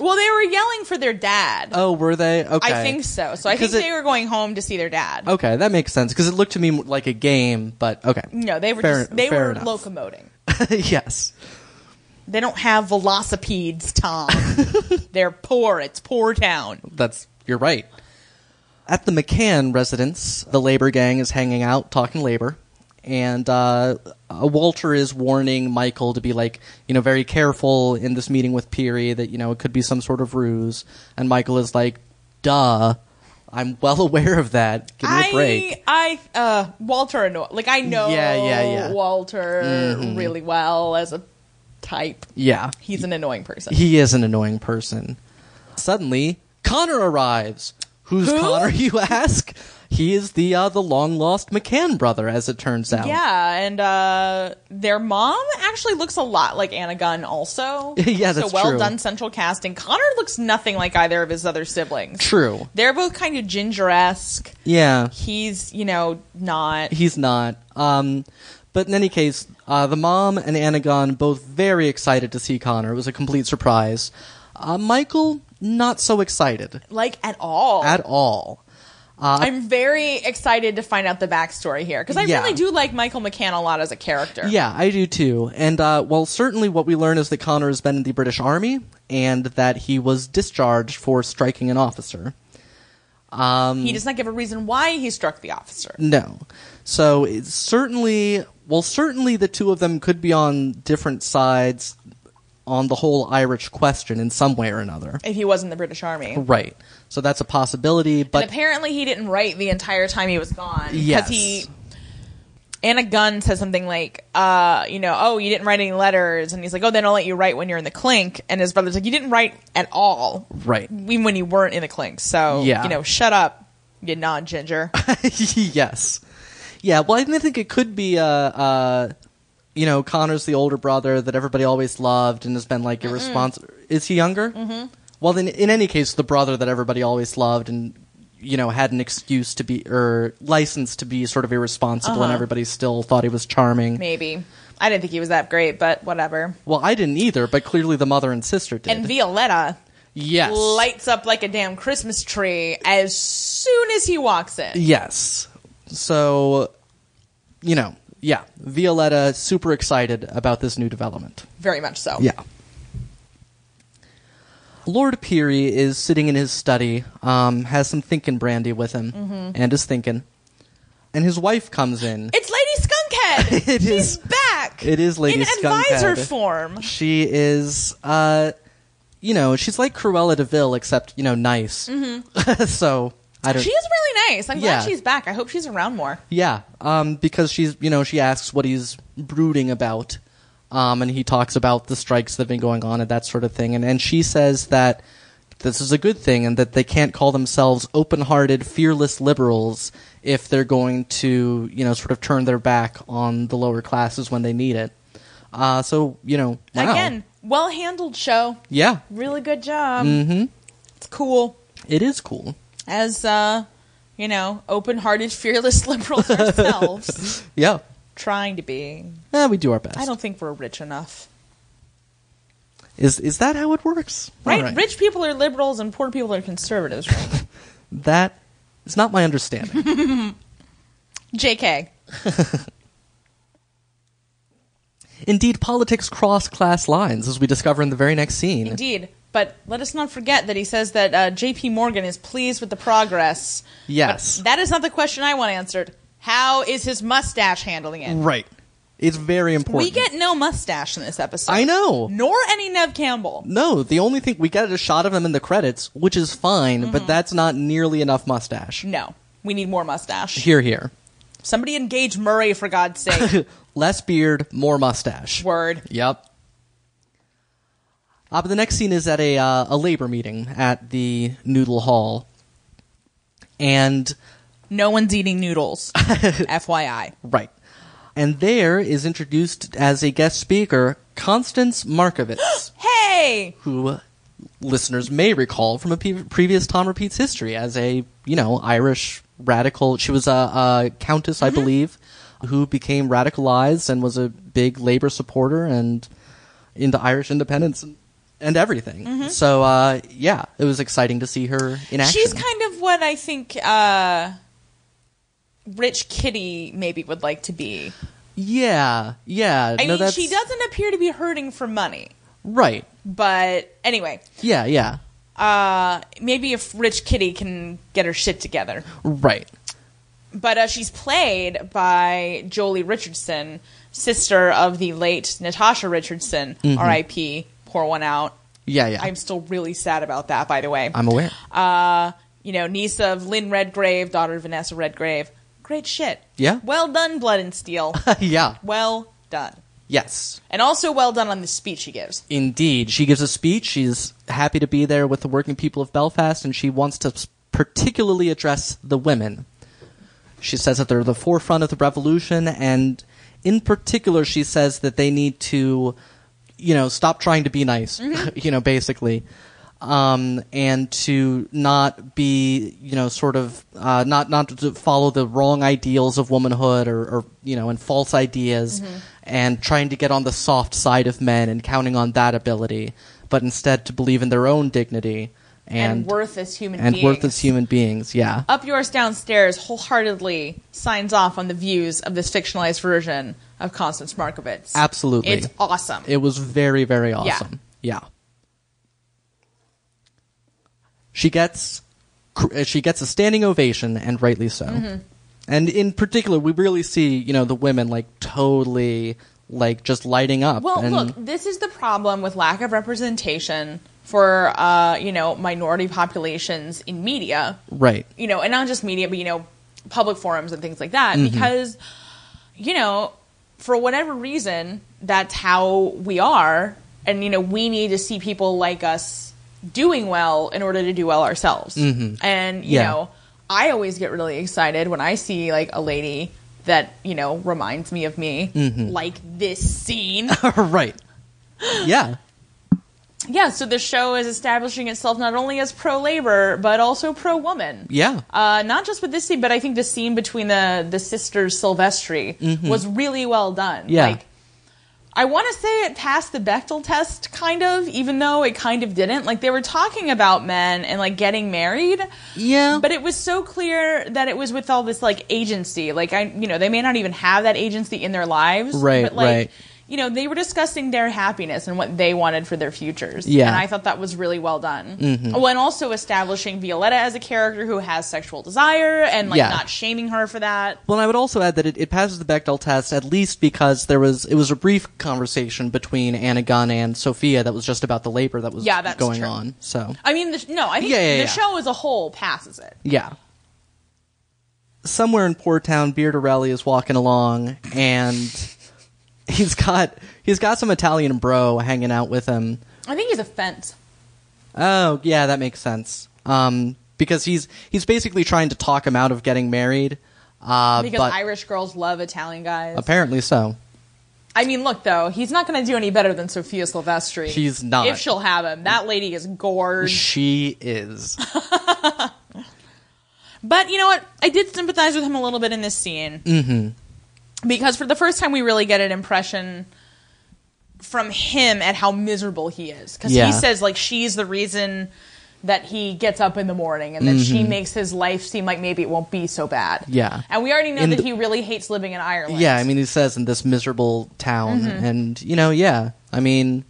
S3: Well, they were yelling for their dad.
S1: oh, were they? Okay.
S3: I think so. So I
S1: Because
S3: think
S1: it- Oh,
S3: they were going home to see their dad.
S1: Okay, that makes sense because it looked to me like a game, but okay.
S3: No, they were
S1: Fair-
S3: just, they
S1: fair
S3: were
S1: enough.
S3: locomoting.
S1: yes.
S3: They don't have velocipedes, Tom. They're poor. It's poor town.
S1: That's you're right. At the McCann residence, the labor gang is hanging out talking labor, and uh, uh, Walter is warning Michael to be like, you know, very careful in this meeting with Peary that you know it could be some sort of ruse. And Michael is like, "Duh, I'm well aware of that. Give me a break."
S3: I, I, uh, Walter, anno- like I know
S1: Yeah, yeah, yeah. Mm-hmm.
S3: Walter really well as a type.
S1: Yeah,
S3: He's an annoying person.
S1: he is an annoying person. Suddenly, Connor arrives. Who's
S3: Who?
S1: Connor, you ask? He is the uh, the long lost McCann brother, as it turns out.
S3: Yeah, and uh, their mom actually looks a lot like Anna Gunn, also.
S1: Yeah, that's
S3: so well
S1: true.
S3: done central casting. Connor looks nothing like either of his other siblings.
S1: True.
S3: They're both kind of ginger esque.
S1: Yeah,
S3: He's, you know, not.
S1: he's not. Um, but in any case, uh, the mom and Anagon both very excited to see Connor. It was a complete surprise. Uh, Michael not so excited
S3: like at all.
S1: at all.
S3: I'm very excited to find out the backstory here because I
S1: Yeah.
S3: really do like Michael McCann a lot as a character.
S1: Yeah, I do too. And uh, well, certainly what we learn is that Connor has been in the British Army and that he was discharged for striking an officer.
S3: He does not give a reason why he struck the officer.
S1: No. So it's certainly, well, certainly the two of them could be on different sides on the whole Irish question in some way or another.
S3: If he was in the British Army.
S1: Right. So that's a possibility, but
S3: and apparently he didn't write the entire time he was gone.
S1: Yes.
S3: he Anna Gunn says something like, uh, you know, oh, you didn't write any letters. And he's like, oh, then I'll let you write when you're in the clink. And his brother's like, you didn't write at all.
S1: Right.
S3: Even when you weren't in the clink. So,
S1: Yeah.
S3: you know, shut up, you non ginger.
S1: yes. Yeah, well, I think it could be, uh, uh, you know, Connor's the older brother that everybody always loved and has been like irresponsible. Is he younger? Mm-hmm. Well, then, in any case, the brother that everybody always loved and, you know, had an excuse to be, or license to be sort of irresponsible
S3: Uh-huh.
S1: and everybody still thought he was charming.
S3: Maybe. I didn't think he was that great, but whatever.
S1: Well, I didn't either, but clearly the mother and sister did.
S3: And Violetta
S1: yes.
S3: lights up like a damn Christmas tree as soon as he walks in.
S1: Yes. So, you know, yeah, Violetta super excited about this new development.
S3: Very much so.
S1: Yeah. Lord Peary is sitting in his study, um, has some thinking brandy with him, and is thinking. And his wife comes in.
S3: It's Lady Skunkhead.
S1: It
S3: She's
S1: is-
S3: back.
S1: it is Lady
S3: in advisor
S1: Skunkhead.
S3: form.
S1: She is, uh, you know, she's like Cruella Deville, except you know, nice. so I don't.
S3: She is really nice. I'm
S1: Yeah.
S3: glad she's back. I hope she's around more.
S1: Yeah, um, because she's you know she asks what he's brooding about, um, and he talks about the strikes that have been going on and that sort of thing, and and she says that this is a good thing and that they can't call themselves open-hearted, fearless liberals if they're going to you know sort of turn their back on the lower classes when they need it. Uh, so you know wow.
S3: Again, well handled show.
S1: yeah, Mm-hmm.
S3: Really good job. It's cool.
S1: It is cool.
S3: As, uh, you know, open hearted, fearless liberals ourselves,
S1: Yeah.
S3: trying to be.
S1: Eh, we do our best.
S3: I don't think we're rich enough.
S1: Is is that how it works? All
S3: Right? Rich people are liberals and poor people are conservatives, right?
S1: That is not my understanding.
S3: JK.
S1: Indeed, politics cross class lines, as we discover in the very next scene.
S3: Indeed. But let us not forget that he says that uh, JP Morgan is pleased with the progress.
S1: Yes.
S3: But that is not the question I want answered. How is his mustache handling it?
S1: Right. It's very important.
S3: We get no mustache in this episode.
S1: I know.
S3: Nor any Nev Campbell.
S1: No, the only thing we get a shot of him in the credits, which is fine,
S3: Mm-hmm.
S1: but that's not nearly enough mustache.
S3: No. We need more mustache.
S1: Here, here.
S3: Somebody engage Murray, for God's sake.
S1: Less beard, more mustache.
S3: Word.
S1: Yep. Uh, but the next scene is at a uh, a labor meeting at the Noodle Hall, and
S3: No one's eating noodles. FYI.
S1: right, and there is introduced as a guest speaker Constance Markovitz,
S3: Hey!
S1: who listeners may recall from a pe- previous Tom repeats history as a you know Irish radical. She was a, a countess,
S3: Mm-hmm.
S1: I believe, who became radicalized and was a big labor supporter and into Irish independence and, and everything. So uh, yeah, it was exciting to see her in action.
S3: Mm-hmm. She's kind of what I think uh, Rich Kitty maybe would like to be.
S1: yeah, yeah.
S3: I
S1: no,
S3: mean,
S1: that's
S3: she doesn't appear to be hurting for money.
S1: right.
S3: But anyway,
S1: Yeah, yeah.
S3: uh, maybe if Rich Kitty can get her shit together.
S1: Right.
S3: But uh, she's played by Jolie Richardson, sister of the late Natasha Richardson,
S1: Mm-hmm.
S3: R.I.P. Pour one out.
S1: Yeah, yeah.
S3: I'm still really sad about that, by the way.
S1: I'm aware.
S3: uh, you know, niece of Lynn Redgrave, daughter of Vanessa Redgrave. Great shit.
S1: Yeah.
S3: Well done, Blood and Steel.
S1: yeah.
S3: well done.
S1: Yes.
S3: And also well done on the speech he gives.
S1: Indeed. She gives a speech. She's happy to be there with the working people of Belfast, and she wants to s- particularly address the women. She says that they're the forefront of the revolution, and in particular, she says that they need to, you know, stop trying to be nice,
S3: Mm-hmm.
S1: you know, basically, um, and to not be, you know, sort of uh, not not to follow the wrong ideals of womanhood or, or you know, and false ideas,
S3: Mm-hmm.
S1: and trying to get on the soft side of men and counting on that ability, but instead to believe in their own dignity and
S3: And, worth as human
S1: and
S3: beings.
S1: worth as human beings. Yeah.
S3: Up Yours Downstairs wholeheartedly signs off on the views of this fictionalized version of Constance Markovitz.
S1: Absolutely.
S3: It's awesome.
S1: It was very, very awesome. Yeah. She gets cr- uh, she gets a standing ovation, and rightly so.
S3: Mm-hmm.
S1: And in particular, we really see you know the women like totally like just lighting up.
S3: well,
S1: and-
S3: look, this is the problem with lack of representation for, uh, you know, minority populations in media.
S1: right,
S3: you know, and not just media, but you know, public forums and things like that, because you know, for whatever reason, that's how we are, and you know, we need to see people like us doing well in order to do well ourselves. And you
S1: Yeah.
S3: know, I always get really excited when I see like a lady that you know reminds me of me, like this scene.
S1: right, yeah,
S3: yeah, so the show is establishing itself not only as pro labor but also pro woman.
S1: yeah,
S3: Uh, not just with this scene, but I think the scene between the the sisters Silvestri was really well done.
S1: Yeah.
S3: Like, I want to say it passed the Bechtel test, kind of, even though it kind of didn't. Like they were talking about men and like getting married,
S1: yeah.
S3: but it was so clear that it was with all this like agency. Like I, you know, they may not even have that agency in their lives,
S1: Right,
S3: But like,
S1: right.
S3: you know, they were discussing their happiness and what they wanted for their futures.
S1: Yeah. Mm-hmm.
S3: and I thought that was really well done. Oh, and also establishing Violetta as a character who has sexual desire and like
S1: Yeah.
S3: not shaming her for that.
S1: Well, and I would also add that it, it passes the Bechdel test at least because there was it was a brief conversation between Anna Gunn and Sophia that was just about the labor that was
S3: Yeah, that's
S1: going
S3: true.
S1: on. So
S3: I mean, the, no, I think
S1: Yeah, yeah,
S3: the
S1: yeah.
S3: show as a whole passes it.
S1: Yeah. Somewhere in Poor Town, Beardarelli is walking along, and he's got he's got some Italian bro hanging out with him.
S3: I think he's a fence.
S1: Oh, yeah, that makes sense. Um, because he's he's basically trying to talk him out of getting married. Uh,
S3: Because
S1: but
S3: Irish girls love Italian guys.
S1: apparently so.
S3: I mean, look though, he's not going to do any better than Sophia Silvestri.
S1: He's not.
S3: If she'll have him, that lady is gorge.
S1: She is.
S3: But you know what? I did sympathize with him a little bit in this scene mm-hmm. because for the first time, we really get an impression from him at how miserable he is because
S1: Yeah.
S3: he says like she's the reason that he gets up in the morning and that she makes his life seem like maybe it won't be so bad.
S1: Mm-hmm. Yeah.
S3: and we already know
S1: In
S3: that
S1: the-
S3: he really hates living in Ireland.
S1: Yeah, I mean, he says in this miserable town,
S3: Mm-hmm.
S1: and you know, yeah, I mean,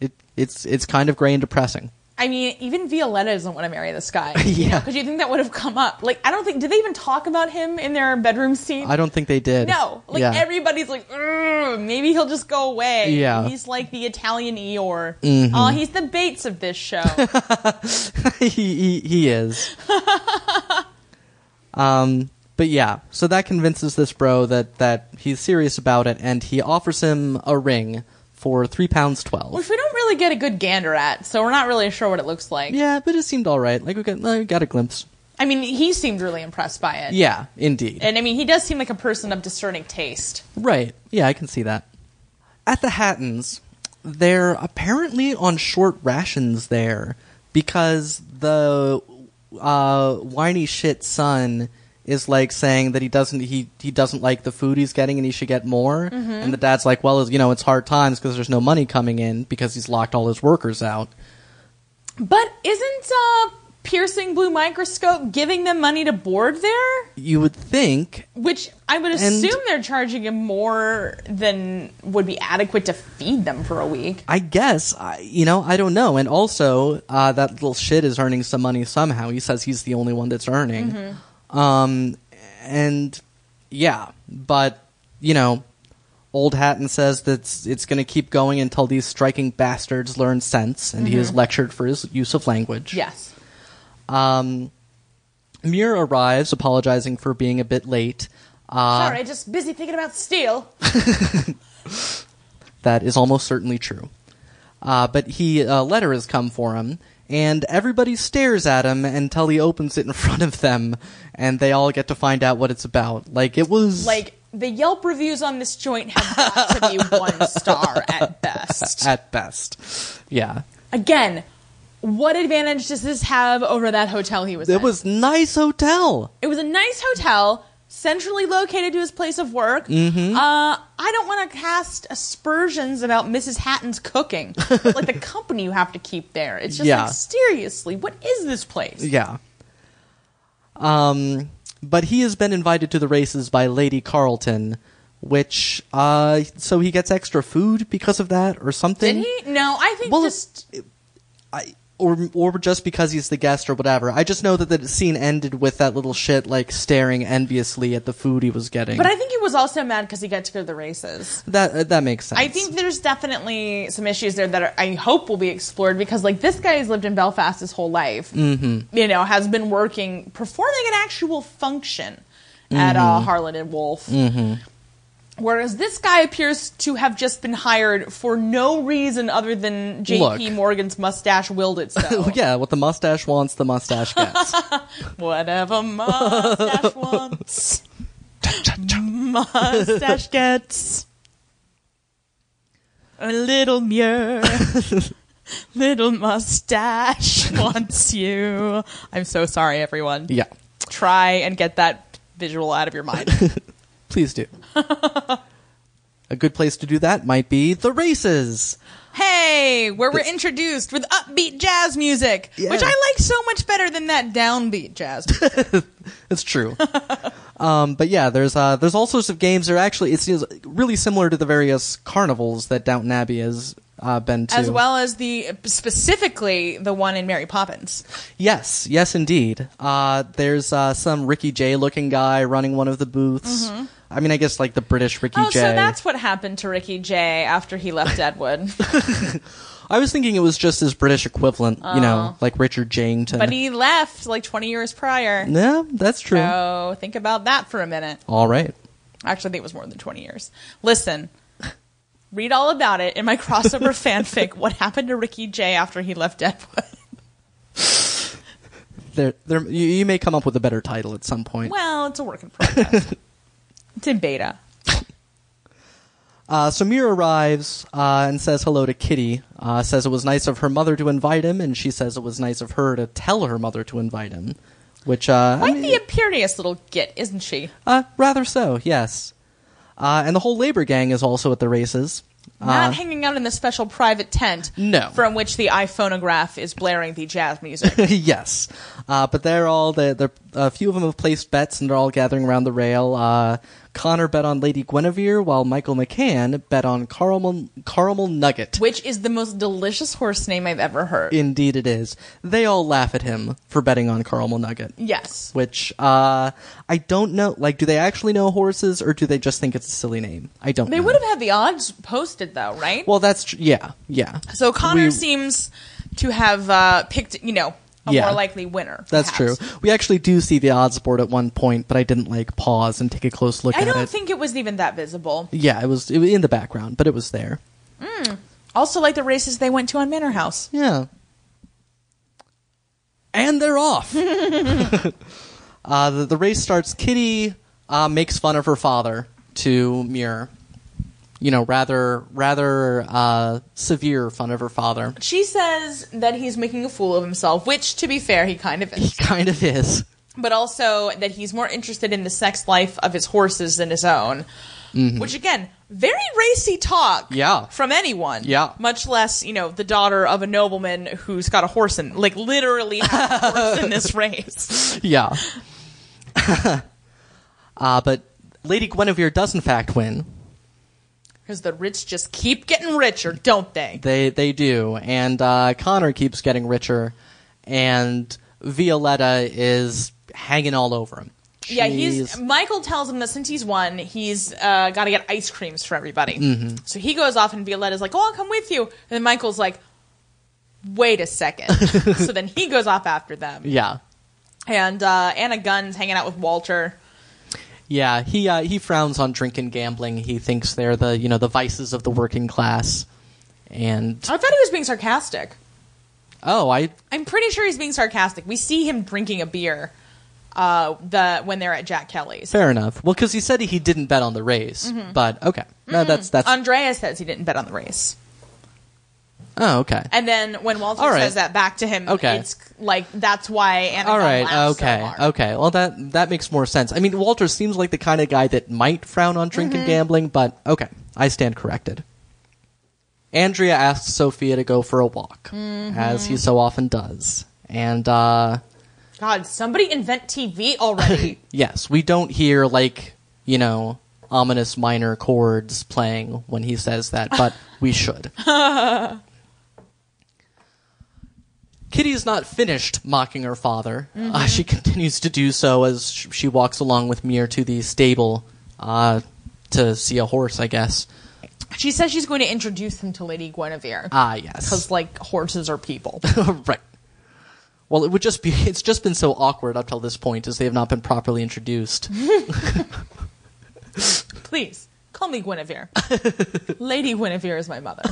S1: it it's it's kind of gray and depressing.
S3: I mean, even Violetta doesn't want to marry this guy.
S1: Yeah.
S3: Because you think that would have come up. Like, I don't think, did they even talk about him in their bedroom scene?
S1: I don't think they did.
S3: no. Like,
S1: yeah.
S3: everybody's like, "Ugh, maybe he'll just go away.
S1: Yeah. Mm-hmm.
S3: He's like the Italian Eeyore. Oh, he's the Bates of this show.
S1: he, he he is. um, but yeah, so that convinces this bro that that he's serious about it, and he offers him a ring for three pounds twelve.
S3: Which we don't really get a good gander at, so we're not really sure what it looks like.
S1: Yeah, but it seemed all right. Like we got, we got a glimpse.
S3: I mean, he seemed really impressed by it.
S1: Yeah, indeed.
S3: And I mean, he does seem like a person of discerning taste.
S1: Right. Yeah, I can see that. At the Hattons, they're apparently on short rations there because the uh, whiny shit son is like saying that he doesn't he he doesn't like the food he's getting and he should get more. And the dad's like, well, you know, it's hard times because there's no money coming in because he's locked all his workers out.
S3: But isn't uh, Piercing Blue Microscope giving them money to board there?
S1: You would think
S3: Which I would assume they're charging him more than would be adequate to feed them for a week.
S1: I guess I, you know I don't know, and also uh, that little shit is earning some money somehow. He says he's the only one that's earning, um, and yeah, but you know, old Hatton says that it's, going to keep going until these striking bastards learn sense, and he is lectured for his use of language.
S3: Yes.
S1: Um, Muir arrives, apologizing for being a bit late. Uh,
S3: Sorry, just busy thinking about steel.
S1: That is almost certainly true. Uh, but he a letter has come for him, and everybody stares at him until he opens it in front of them, and they all get to find out what it's about. Like it was
S3: Like the Yelp reviews on this joint have got to be one star at best.
S1: at best, yeah.
S3: Again, what advantage does this have over that hotel he was
S1: It
S3: in?
S1: was nice hotel.
S3: it was a nice hotel, centrally located to his place of work. Mm-hmm. Uh, I don't want to cast aspersions about Mrs. Hatton's cooking, but, like the company you have to keep there. It's just
S1: Yeah.
S3: like seriously, what is this place?
S1: Yeah. Um, but he has been invited to the races by Lady Carlton, which uh, so he gets extra food because of that or something.
S3: Did he? No, I think
S1: Well,
S3: just
S1: I or or just because he's the guest or whatever. I just know that the scene ended with that little shit like staring enviously at the food he was getting.
S3: But I think he was also mad because he got to go to the races.
S1: that uh, that makes sense.
S3: I think there's definitely some issues there that are, I hope will be explored because, like, this guy has lived in Belfast his whole life. Mm-hmm. You know, has been working, performing an actual function at uh,
S1: Mm-hmm.
S3: Harlan and Wolf. Whereas this guy appears to have just been hired for no reason other than J.P.
S1: Look.
S3: Morgan's mustache willed it so.
S1: Oh, yeah, what the mustache wants, the mustache gets.
S3: Whatever mustache wants, mustache gets. A little muir, little mustache wants you. I'm so sorry, everyone.
S1: yeah,
S3: Try and get that visual out of your mind.
S1: please do. A good place to do that might be the races.
S3: hey, where we're introduced with upbeat jazz music,
S1: Yeah.
S3: which I like so much better than that downbeat jazz. music.
S1: It's true. um, but yeah, there's uh, there's all sorts of games. There actually it's it's really similar to the various carnivals that Downton Abbey has uh, been to
S3: As well as the specifically the one in Mary Poppins.
S1: Yes, yes, indeed. Uh, there's uh, some Ricky Jay looking guy running one of the booths. I mean, I guess like the British Ricky
S3: Mm-hmm. Oh,
S1: Jay.
S3: so that's what happened to Ricky Jay after he left Deadwood.
S1: I was thinking it was just his British equivalent, you know, like Richard Jangton.
S3: Oh. but he left like 20 years prior.
S1: yeah, that's true.
S3: So think about that for a minute.
S1: All right.
S3: Actually, I think it was more than 20 years. Listen, read all about it in my crossover fanfic, What Happened to Ricky Jay After He Left Deadwood.
S1: There, there, you, you may come up with a better title at some point.
S3: Well, it's a work in progress. it's in beta.
S1: Uh, Samir arrives uh, and says hello to Kitty. Uh, says it was nice of her mother to invite him, and she says it was nice of her to tell her mother to invite him. Which uh, I
S3: Quite
S1: mean-
S3: the imperious little git, isn't she?
S1: uh, rather so, yes. Uh, and the whole labor gang is also at the races.
S3: Not hanging out in the special private tent
S1: Uh, No.
S3: from which the iPhonograph is blaring the jazz music.
S1: yes, uh, but they're all they're, they're, a few of them have placed bets, and they're all gathering around the rail. Uh, Connor bet on Lady Guinevere, while Michael McCann bet on Caramel Caramel Nugget.
S3: which is the most delicious horse name I've ever heard.
S1: Indeed, it is. They all laugh at him for betting on Caramel Nugget.
S3: yes.
S1: Which uh, I don't know. Like, do they actually know horses, or do they just think it's a silly name? I don't.
S3: They
S1: know.
S3: would have had the odds posted though, right?
S1: Well, that's tr- yeah, yeah.
S3: so Connor
S1: we-
S3: seems to have uh, picked, you know, a
S1: Yeah.
S3: more likely winner.
S1: That's
S3: perhaps.
S1: true. We actually do see the odds board at one point, but I didn't like pause and take a close look
S3: I
S1: at
S3: don't
S1: it.
S3: think it was even that visible.
S1: yeah, it was, it was in the background, but it was there.
S3: Also, like the races they went to on Manor House.
S1: Yeah. And they're off. uh, the, the race starts. Kitty uh, makes fun of her father to Muir. You know, rather rather uh, severe fun of her father.
S3: She says that he's making a fool of himself, which, to be fair, he kind of
S1: He
S3: is.
S1: kind of is.
S3: But also that he's more interested in the sex life of his horses than his own. Which, again, very racy talk
S1: Mm-hmm. Yeah.
S3: from anyone.
S1: Yeah.
S3: Much less, you know, the daughter of a nobleman who's got a horse in, like, literally has a horse in this race.
S1: Yeah. uh, but Lady Guinevere does in fact win.
S3: Because the rich just keep getting richer, don't they?
S1: They they do, and uh, Connor keeps getting richer, and Violetta is hanging all over him.
S3: Yeah,
S1: She's-
S3: he's Michael tells him that since he's won, he's uh, got to get ice creams for everybody.
S1: Mm-hmm.
S3: So he goes off, and Violetta's like, "Oh, I'll come with you." And then Michael's like, "Wait a second. so then he goes off after them,
S1: yeah,
S3: and uh, Anna Gunn's hanging out with Walter.
S1: yeah. He uh, he frowns on drink and gambling. He thinks they're the you know the vices of the working class, and
S3: I thought he was being sarcastic.
S1: oh, I
S3: I'm pretty sure he's being sarcastic. We see him drinking a beer uh, the when they're at Jack Kelly's.
S1: fair enough. Well, because he said he didn't bet on the race,
S3: Mm-hmm.
S1: but okay, no, that's that's
S3: Andrea says he didn't bet on the race.
S1: oh okay.
S3: And then when Walter
S1: All right.
S3: says that back to him,
S1: Okay.
S3: it's like that's why Anna
S1: all
S3: Gunn
S1: right,
S3: laughs so
S1: okay,
S3: hard.
S1: okay. Well, that that makes more sense. I mean, Walter seems like the kind of guy that might frown on drink and gambling, but okay, I stand corrected. Andrea asks Sophia to go for a walk, as he so often does, and uh,
S3: God, somebody invent TV already.
S1: yes, we don't hear like you know ominous minor chords playing when he says that, but we should. Kitty's not finished mocking her father. Uh, she continues to do so as sh- she walks along with Mir to the stable uh, to see a horse, I guess.
S3: she says she's going to introduce him to Lady Guinevere.
S1: Ah, yes.
S3: Because, like, horses are people.
S1: right. Well, it would just be, it's just been so awkward up till this point as they have not been properly introduced.
S3: Please, call me Guinevere. Lady Guinevere is my mother.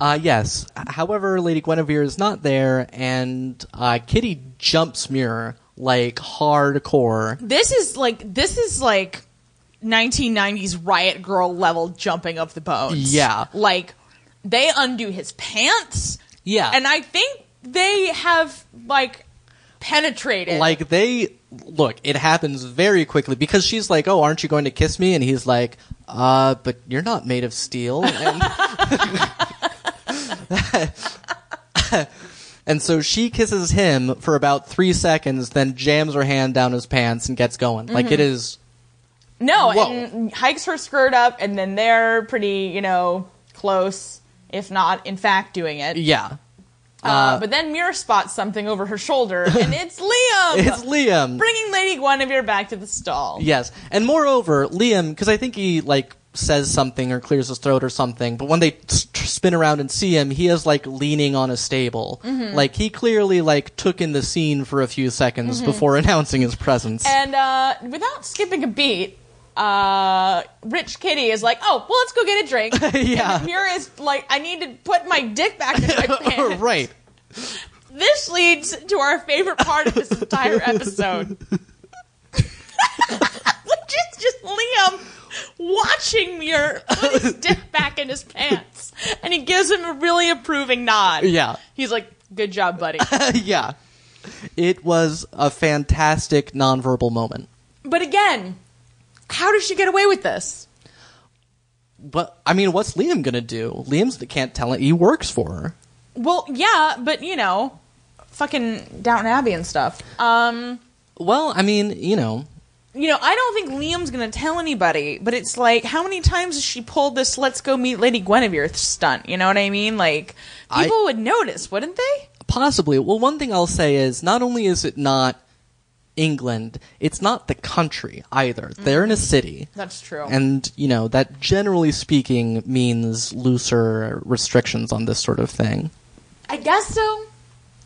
S1: Uh, yes. However, Lady Guinevere is not there, and uh, Kitty jumps Mirror like hardcore.
S3: This is, like, this is, like, 1990s Riot Girl level jumping of the bones.
S1: Yeah.
S3: Like, they undo his pants.
S1: Yeah.
S3: And I think they have, like, penetrated.
S1: Like they look, it happens very quickly because she's like, "Oh, aren't you going to kiss me?" And he's like, "Uh, but you're not made of steel." And, and so she kisses him for about three seconds, then jams her hand down his pants and gets going. Like it is
S3: No,
S1: Whoa.
S3: and hikes her skirt up, and then they're pretty, you know, close, if not, in fact, doing it.
S1: yeah.
S3: Uh, but then Muir spots something over her shoulder, and it's Liam!
S1: It's Liam.
S3: bringing Lady Guinevere back to the stall.
S1: Yes, and moreover, Liam, because I think he like says something or clears his throat or something, but when they s- tr- spin around and see him, he is like leaning on a stable. Like he clearly like took in the scene for a few seconds before announcing his presence.
S3: And uh, without skipping a beat, uh, Rich Kitty is like, oh, well, let's go get a drink.
S1: yeah,
S3: Muir is like, I need to put my dick back in my pants.
S1: right.
S3: This leads to our favorite part of this entire episode. Liam watching your put his dick back in his pants, and he gives him a really approving nod.
S1: Yeah.
S3: he's like, "Good job, buddy."
S1: yeah. It was a fantastic nonverbal moment.
S3: But again, how does she get away with this?
S1: But I mean, what's Liam gonna do? Liam's the can't tell it. He works for her.
S3: Well, yeah, but you know, fucking Downton Abbey and stuff. Um,
S1: Well, I mean, you know,
S3: you know, I don't think Liam's gonna tell anybody, but it's like, how many times has she pulled this "Let's go meet Lady Guinevere" stunt? You know what I mean? Like,
S1: I-
S3: people would notice, wouldn't they?
S1: possibly. Well, one thing I'll say is not only is it not England, it's not the country either. They're
S3: Mm-hmm.
S1: in a city.
S3: That's true.
S1: And, you know, that generally speaking means looser restrictions on this sort of thing.
S3: I guess so.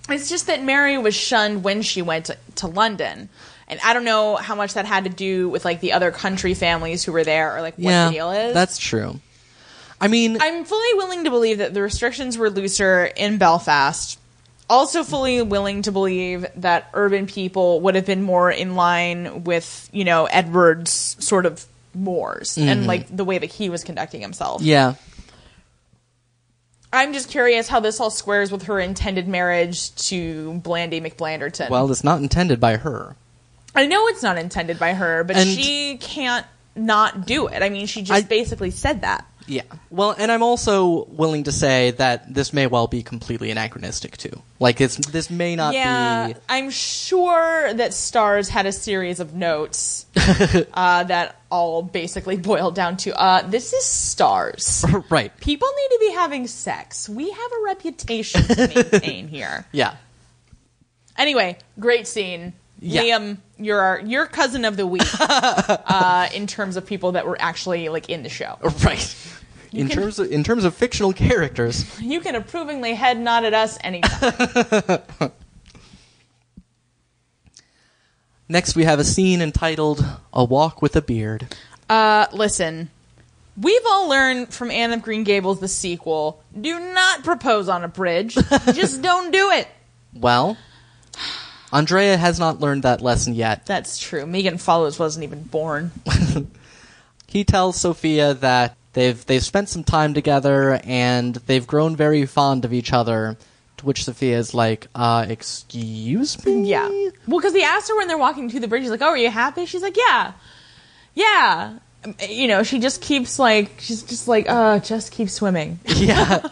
S3: It's just that Mary was shunned when she went to, to London. And I don't know how much that had to do with like the other country families who were there or like what
S1: yeah.
S3: the deal is.
S1: That's true. I mean,
S3: I'm fully willing to believe that the restrictions were looser in Belfast. Also, fully willing to believe that urban people would have been more in line with, you know, Edward's sort of mores and like the way that he was conducting himself.
S1: Mm-hmm. yeah.
S3: I'm just curious how this all squares with her intended marriage to Blandy McBlanderton.
S1: Well, it's not intended by her.
S3: I know it's not intended by her, but
S1: And-
S3: she can't not do it. I mean, she just
S1: I-
S3: basically said that.
S1: Yeah. Well, and I'm also willing to say that this may well be completely anachronistic too. Like it's this may not
S3: yeah,
S1: be
S3: I'm sure that Stars had a series of notes uh, that all basically boiled down to uh, this is Stars.
S1: right.
S3: People need to be having sex. We have a reputation to maintain here.
S1: Yeah.
S3: Anyway, great scene.
S1: Yeah.
S3: Liam, you're our, your cousin of the week uh, in terms of people that were actually like in the show.
S1: Right. in
S3: can-
S1: terms of, in terms of fictional characters,
S3: You can approvingly head nod at us anytime.
S1: next we have a scene entitled "A Walk with a Beard."
S3: Uh, listen, we've all learned from Anne of Green Gables, the sequel. Do not propose on a bridge. Just don't do it.
S1: Well, Andrea has not learned that lesson yet.
S3: That's true. Megan Follows wasn't even born.
S1: He tells Sophia that they've they've spent some time together and they've grown very fond of each other. To which Sophia is like, uh, "Excuse me."
S3: Yeah. Well, because he asked her when they're walking to the bridge, he's like, "Oh, are you happy?" She's like, "Yeah, yeah." Um, You know, she just keeps like she's just like, "Uh, just keep swimming.
S1: Yeah.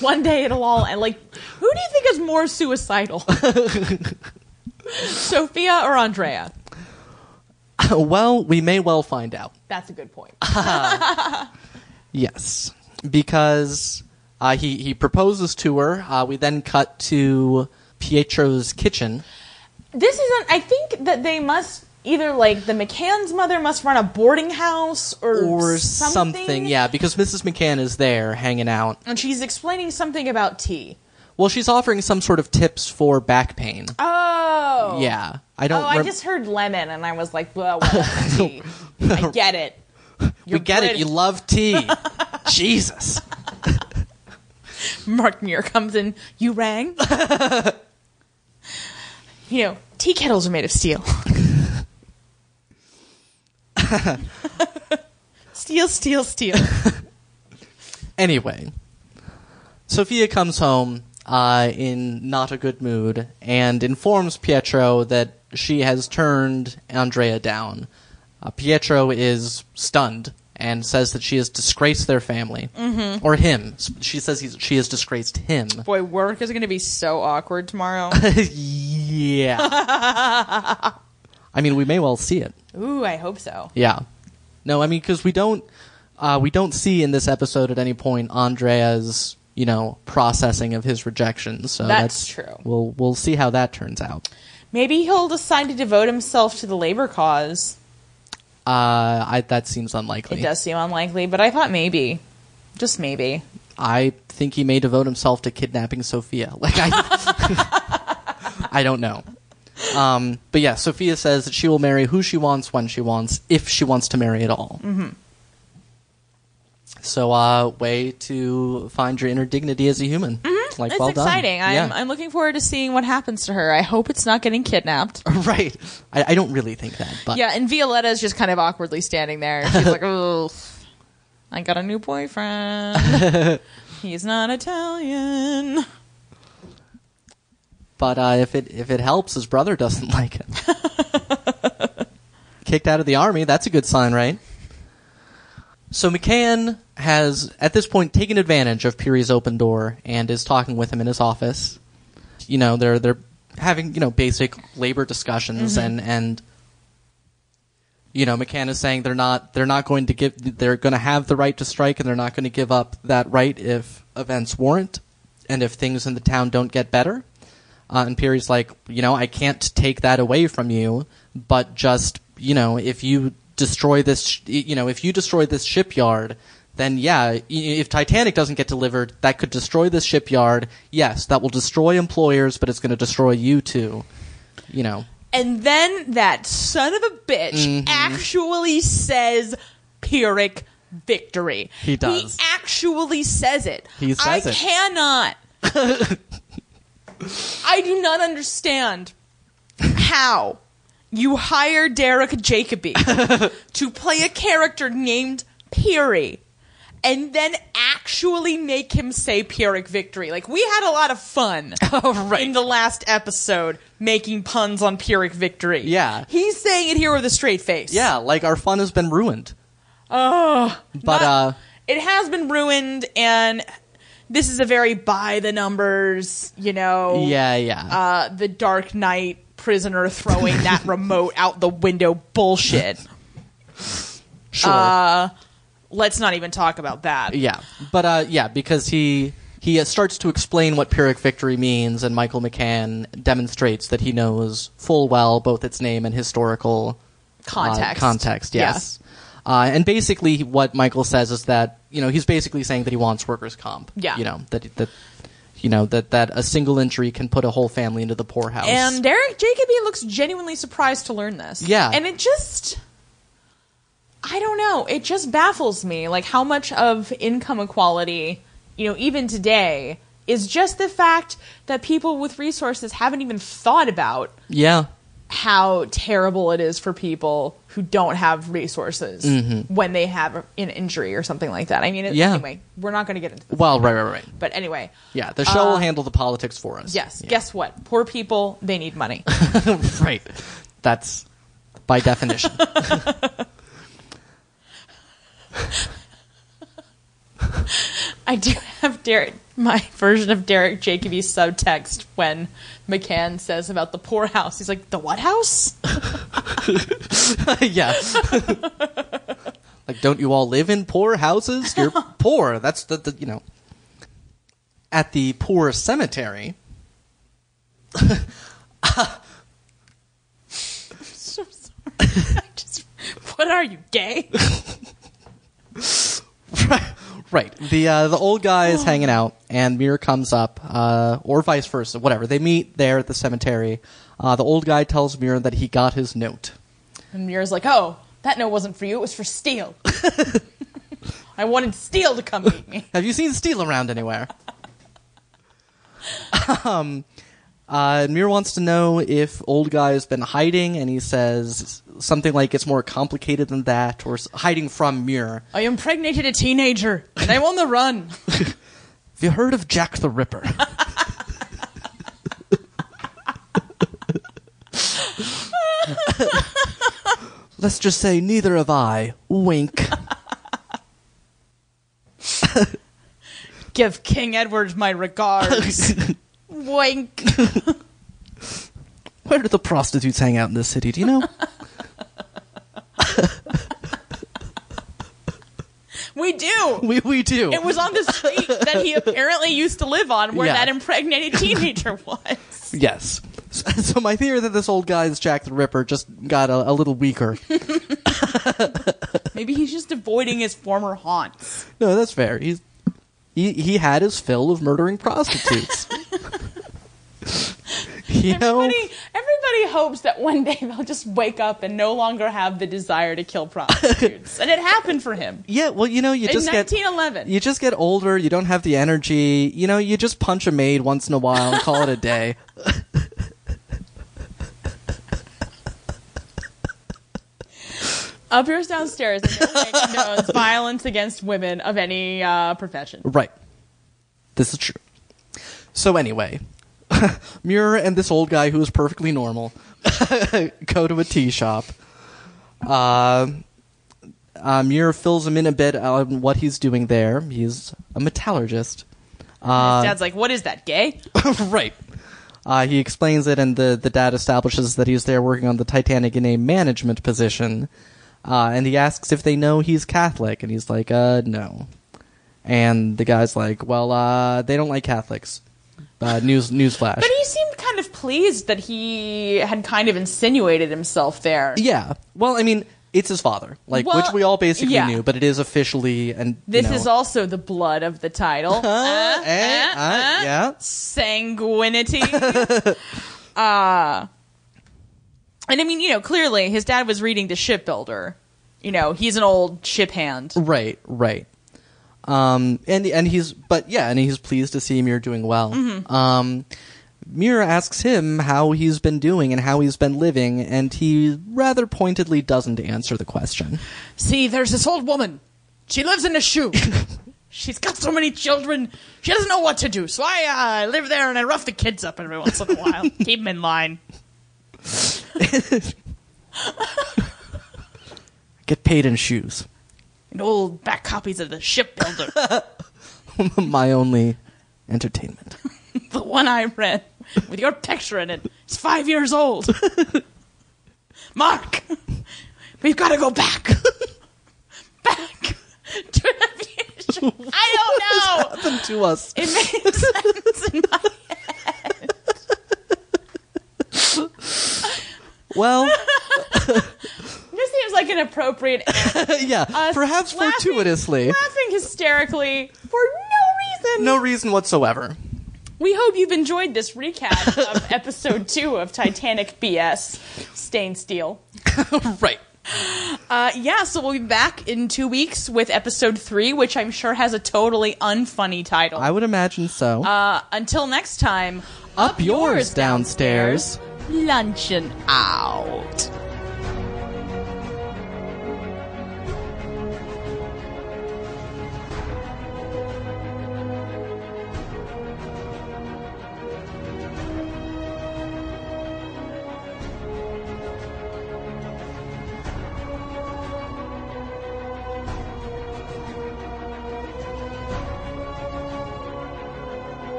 S3: One day it'll all." And like, who do you think is more suicidal, Sophia or Andrea?
S1: well, we may well find out.
S3: That's a good point.
S1: Yes, because uh, he he proposes to her. Uh, we then cut to Pietro's kitchen.
S3: this isn't i think that they must either like the mccann's mother must run a boarding house or,
S1: Or something. yeah, because Mrs. McCann is there hanging out.
S3: and she's explaining something about tea
S1: Well, she's offering some sort of tips for back pain.
S3: oh
S1: Yeah, I
S3: oh
S1: don't.
S3: i
S1: rem-
S3: just heard lemon and i was like well whatever, tea. i get it
S1: we get it.
S3: British.
S1: You love tea. Jesus.
S3: mark muir comes in you rang you know tea kettles are made of steel steel steel steel
S1: Anyway, Sophia comes home uh, in not a good mood and informs Pietro that she has turned Andrea down. Uh, Pietro is stunned and says that she has disgraced their family or him. S- She says he's, she has disgraced him.
S3: boy work is going to be so awkward tomorrow
S1: yeah. I mean, we may well see it.
S3: ooh i hope so
S1: Yeah. No, I mean because we don't uh, we don't see in this episode at any point Andrea's you know processing of his rejection. So
S3: That's true.
S1: We'll we'll see how that turns out.
S3: Maybe he'll decide to devote himself to the labor cause.
S1: Uh, I, that seems
S3: It
S1: unlikely.
S3: does seem unlikely, but I thought maybe. Just maybe.
S1: I think he may devote himself to kidnapping Sophia. Like I, I don't know. Um, but yeah, Sophia says that she will marry who she wants when she wants, if she wants to marry at all. Mm-hmm. So, uh, way to find your inner dignity as a human. Mm-hmm. Like,
S3: it's
S1: well done.
S3: exciting. I'm,
S1: Yeah.
S3: I'm looking forward to seeing what happens to her. I hope it's not getting kidnapped.
S1: right. I, I don't really think that, but
S3: Yeah, and Violetta's just kind of awkwardly standing there. She's like, oh, I got a new boyfriend. He's not Italian.
S1: but uh, if it if it helps, his brother doesn't like him. Kicked out of the army. That's a good sign, right? So McCann has at this point taken advantage of Peary's open door and is talking with him in his office. You know, they're they're having you know basic labor discussions and and you know McCann is saying they're not they're not going to give they're going to have the right to strike and they're not going to give up that right if events warrant and if things in the town don't get better. Uh, and Peary's like, you know, I can't take that away from you, but just, you know, if you destroy this, sh- you know, if you destroy this shipyard, then yeah, i- if Titanic doesn't get delivered, that could destroy this shipyard. Yes, that will destroy employers, but it's going to destroy you too. You know,
S3: And then that son of a bitch
S1: Mm-hmm.
S3: actually says Pyrrhic victory.
S1: He does.
S3: He actually says it.
S1: He says
S3: I
S1: it.
S3: cannot. I do not understand how you hire Derek Jacobi to play a character named Peary and then actually make him say Pyrrhic victory. Like, we had a lot of fun
S1: Oh,
S3: in the last episode making puns on Pyrrhic victory.
S1: Yeah.
S3: He's saying it here with a straight face.
S1: yeah, like our fun has been ruined. Oh, but uh,
S3: Not- it has been ruined, and this is a very by the numbers, you know.
S1: yeah, yeah.
S3: Uh, the Dark Knight prisoner throwing that remote out the window bullshit.
S1: sure.
S3: uh, Let's not even talk about that.
S1: Yeah, but uh, yeah, because he he uh, starts to explain what Pyrrhic victory means, and Michael McCann demonstrates that he knows full well both its name and historical uh,
S3: Context.
S1: context, yes. Uh, and basically, what Michael says is that you know he's basically saying that he wants workers' comp.
S3: Yeah.
S1: you know that that you know that that a single injury can put a whole family into the poorhouse.
S3: And Derek Jacobi looks genuinely surprised to learn this.
S1: Yeah.
S3: And it just I don't know, it just baffles me like how much of income equality, you know, even today is just the fact that people with resources haven't even thought about
S1: yeah,
S3: how terrible it is for people who don't have resources when they have an injury or something like that. I mean, it,
S1: Mm-hmm. Yeah.
S3: anyway, we're not going to get into this.
S1: well, right, right, right.
S3: But anyway,
S1: Yeah, the show will handle the politics for us.
S3: yes,
S1: Yeah.
S3: guess what? Poor people, they need money.
S1: right. That's by definition.
S3: I do have Derek my version of Derek Jacobi's subtext when McCann says about the poor house. He's like, the what house?
S1: yeah. like, don't you all live in poor houses? You're poor. That's the, the you know. At the poor cemetery.
S3: so sorry. I just, what are you gay?
S1: Right. The uh, the old guy is hanging out, and Mir comes up, uh, or vice versa, whatever. They meet there at the cemetery. Uh, the old guy tells Mir that he got his note.
S3: And Mira's like, oh, that note wasn't for you. It was for Steele. I wanted Steele to come meet me.
S1: Have you seen Steel around anywhere? um, uh, Mir wants to know if old guy has been hiding, and he says something like it's more complicated than that, or s- hiding from Mir.
S3: I impregnated a teenager, and I'm on the run.
S1: Have you heard of Jack the Ripper? Let's just say neither have I. Wink.
S3: Give King Edward my regards. Wink.
S1: Where do the prostitutes hang out in this city? Do you know?
S3: We do.
S1: we we do.
S3: It was on the street that he apparently used to live on where
S1: Yeah.
S3: that impregnated teenager was.
S1: Yes. So, so my theory that this old guy is Jack the Ripper just got a, a little weaker.
S3: Maybe he's just avoiding his former haunts.
S1: no, that's fair. He's he he had his fill of murdering prostitutes. you know,
S3: Everybody, everybody everybody hopes that one day they'll just wake up and no longer have the desire to kill prostitutes. and it happened for him.
S1: Yeah, well, you know, you
S3: In
S1: just get
S3: 1911.
S1: you just get older. You don't have the energy. You know, you just punch a maid once in a while and call it a day.
S3: Up yours downstairs and don't make notes violence against women of any uh, profession.
S1: Right. This is true. So anyway, Muir and this old guy who is perfectly normal go to a tea shop. Uh, uh, Muir fills him in a bit on what he's doing there. He's a metallurgist. Uh,
S3: His Dad's like, what is that, gay?
S1: right. Uh, he explains it, and the, the dad establishes that he's there working on the Titanic in a management position. Uh, and he asks if they know he's Catholic, and he's like, uh, no. And the guy's like, well, uh, they don't like Catholics. Uh, news newsflash.
S3: But he seemed kind of pleased that he had kind of insinuated himself there.
S1: yeah. Well, I mean, it's his father, like
S3: Well,
S1: which we all basically
S3: yeah.
S1: knew, but it is officially and you
S3: This
S1: know,
S3: is also the blood of the title. Uh,
S1: eh,
S3: uh,
S1: uh,
S3: uh.
S1: yeah.
S3: Sanguinity. uh, and I mean, you know, clearly his dad was reading The Shipbuilder. You know, he's an old ship hand.
S1: Right, right. Um, and and he's but yeah, and he's pleased to see Muir doing well.
S3: Mm-hmm.
S1: Um, Muir asks him how he's been doing and how he's been living, and he rather pointedly doesn't answer the question.
S3: See, there's this old woman. She lives in a shoe. She's got so many children. She doesn't know what to do. So I uh, live there and I rough the kids up every once in a while. Keep them in line.
S1: Get paid in shoes.
S3: And old back copies of The Shipbuilder.
S1: My only entertainment.
S3: the one I read with your picture in it is five years old. Mark, we've got to go back. back to aviation. I don't know.
S1: Happened to us.
S3: It made sense in my
S1: Well,
S3: This seems like an appropriate
S1: yeah,
S3: us
S1: perhaps
S3: laughing-
S1: fortuitously.
S3: laughing hysterically for no reason.
S1: No reason whatsoever.
S3: We hope you've enjoyed this recap of episode two of Titanic BS Stain Steel.
S1: right.
S3: Uh, yeah, so we'll be back in two weeks with episode three, which I'm sure has a totally unfunny title.
S1: I would imagine so.
S3: uh, until next time,
S1: Up yours downstairs.
S3: luncheon out.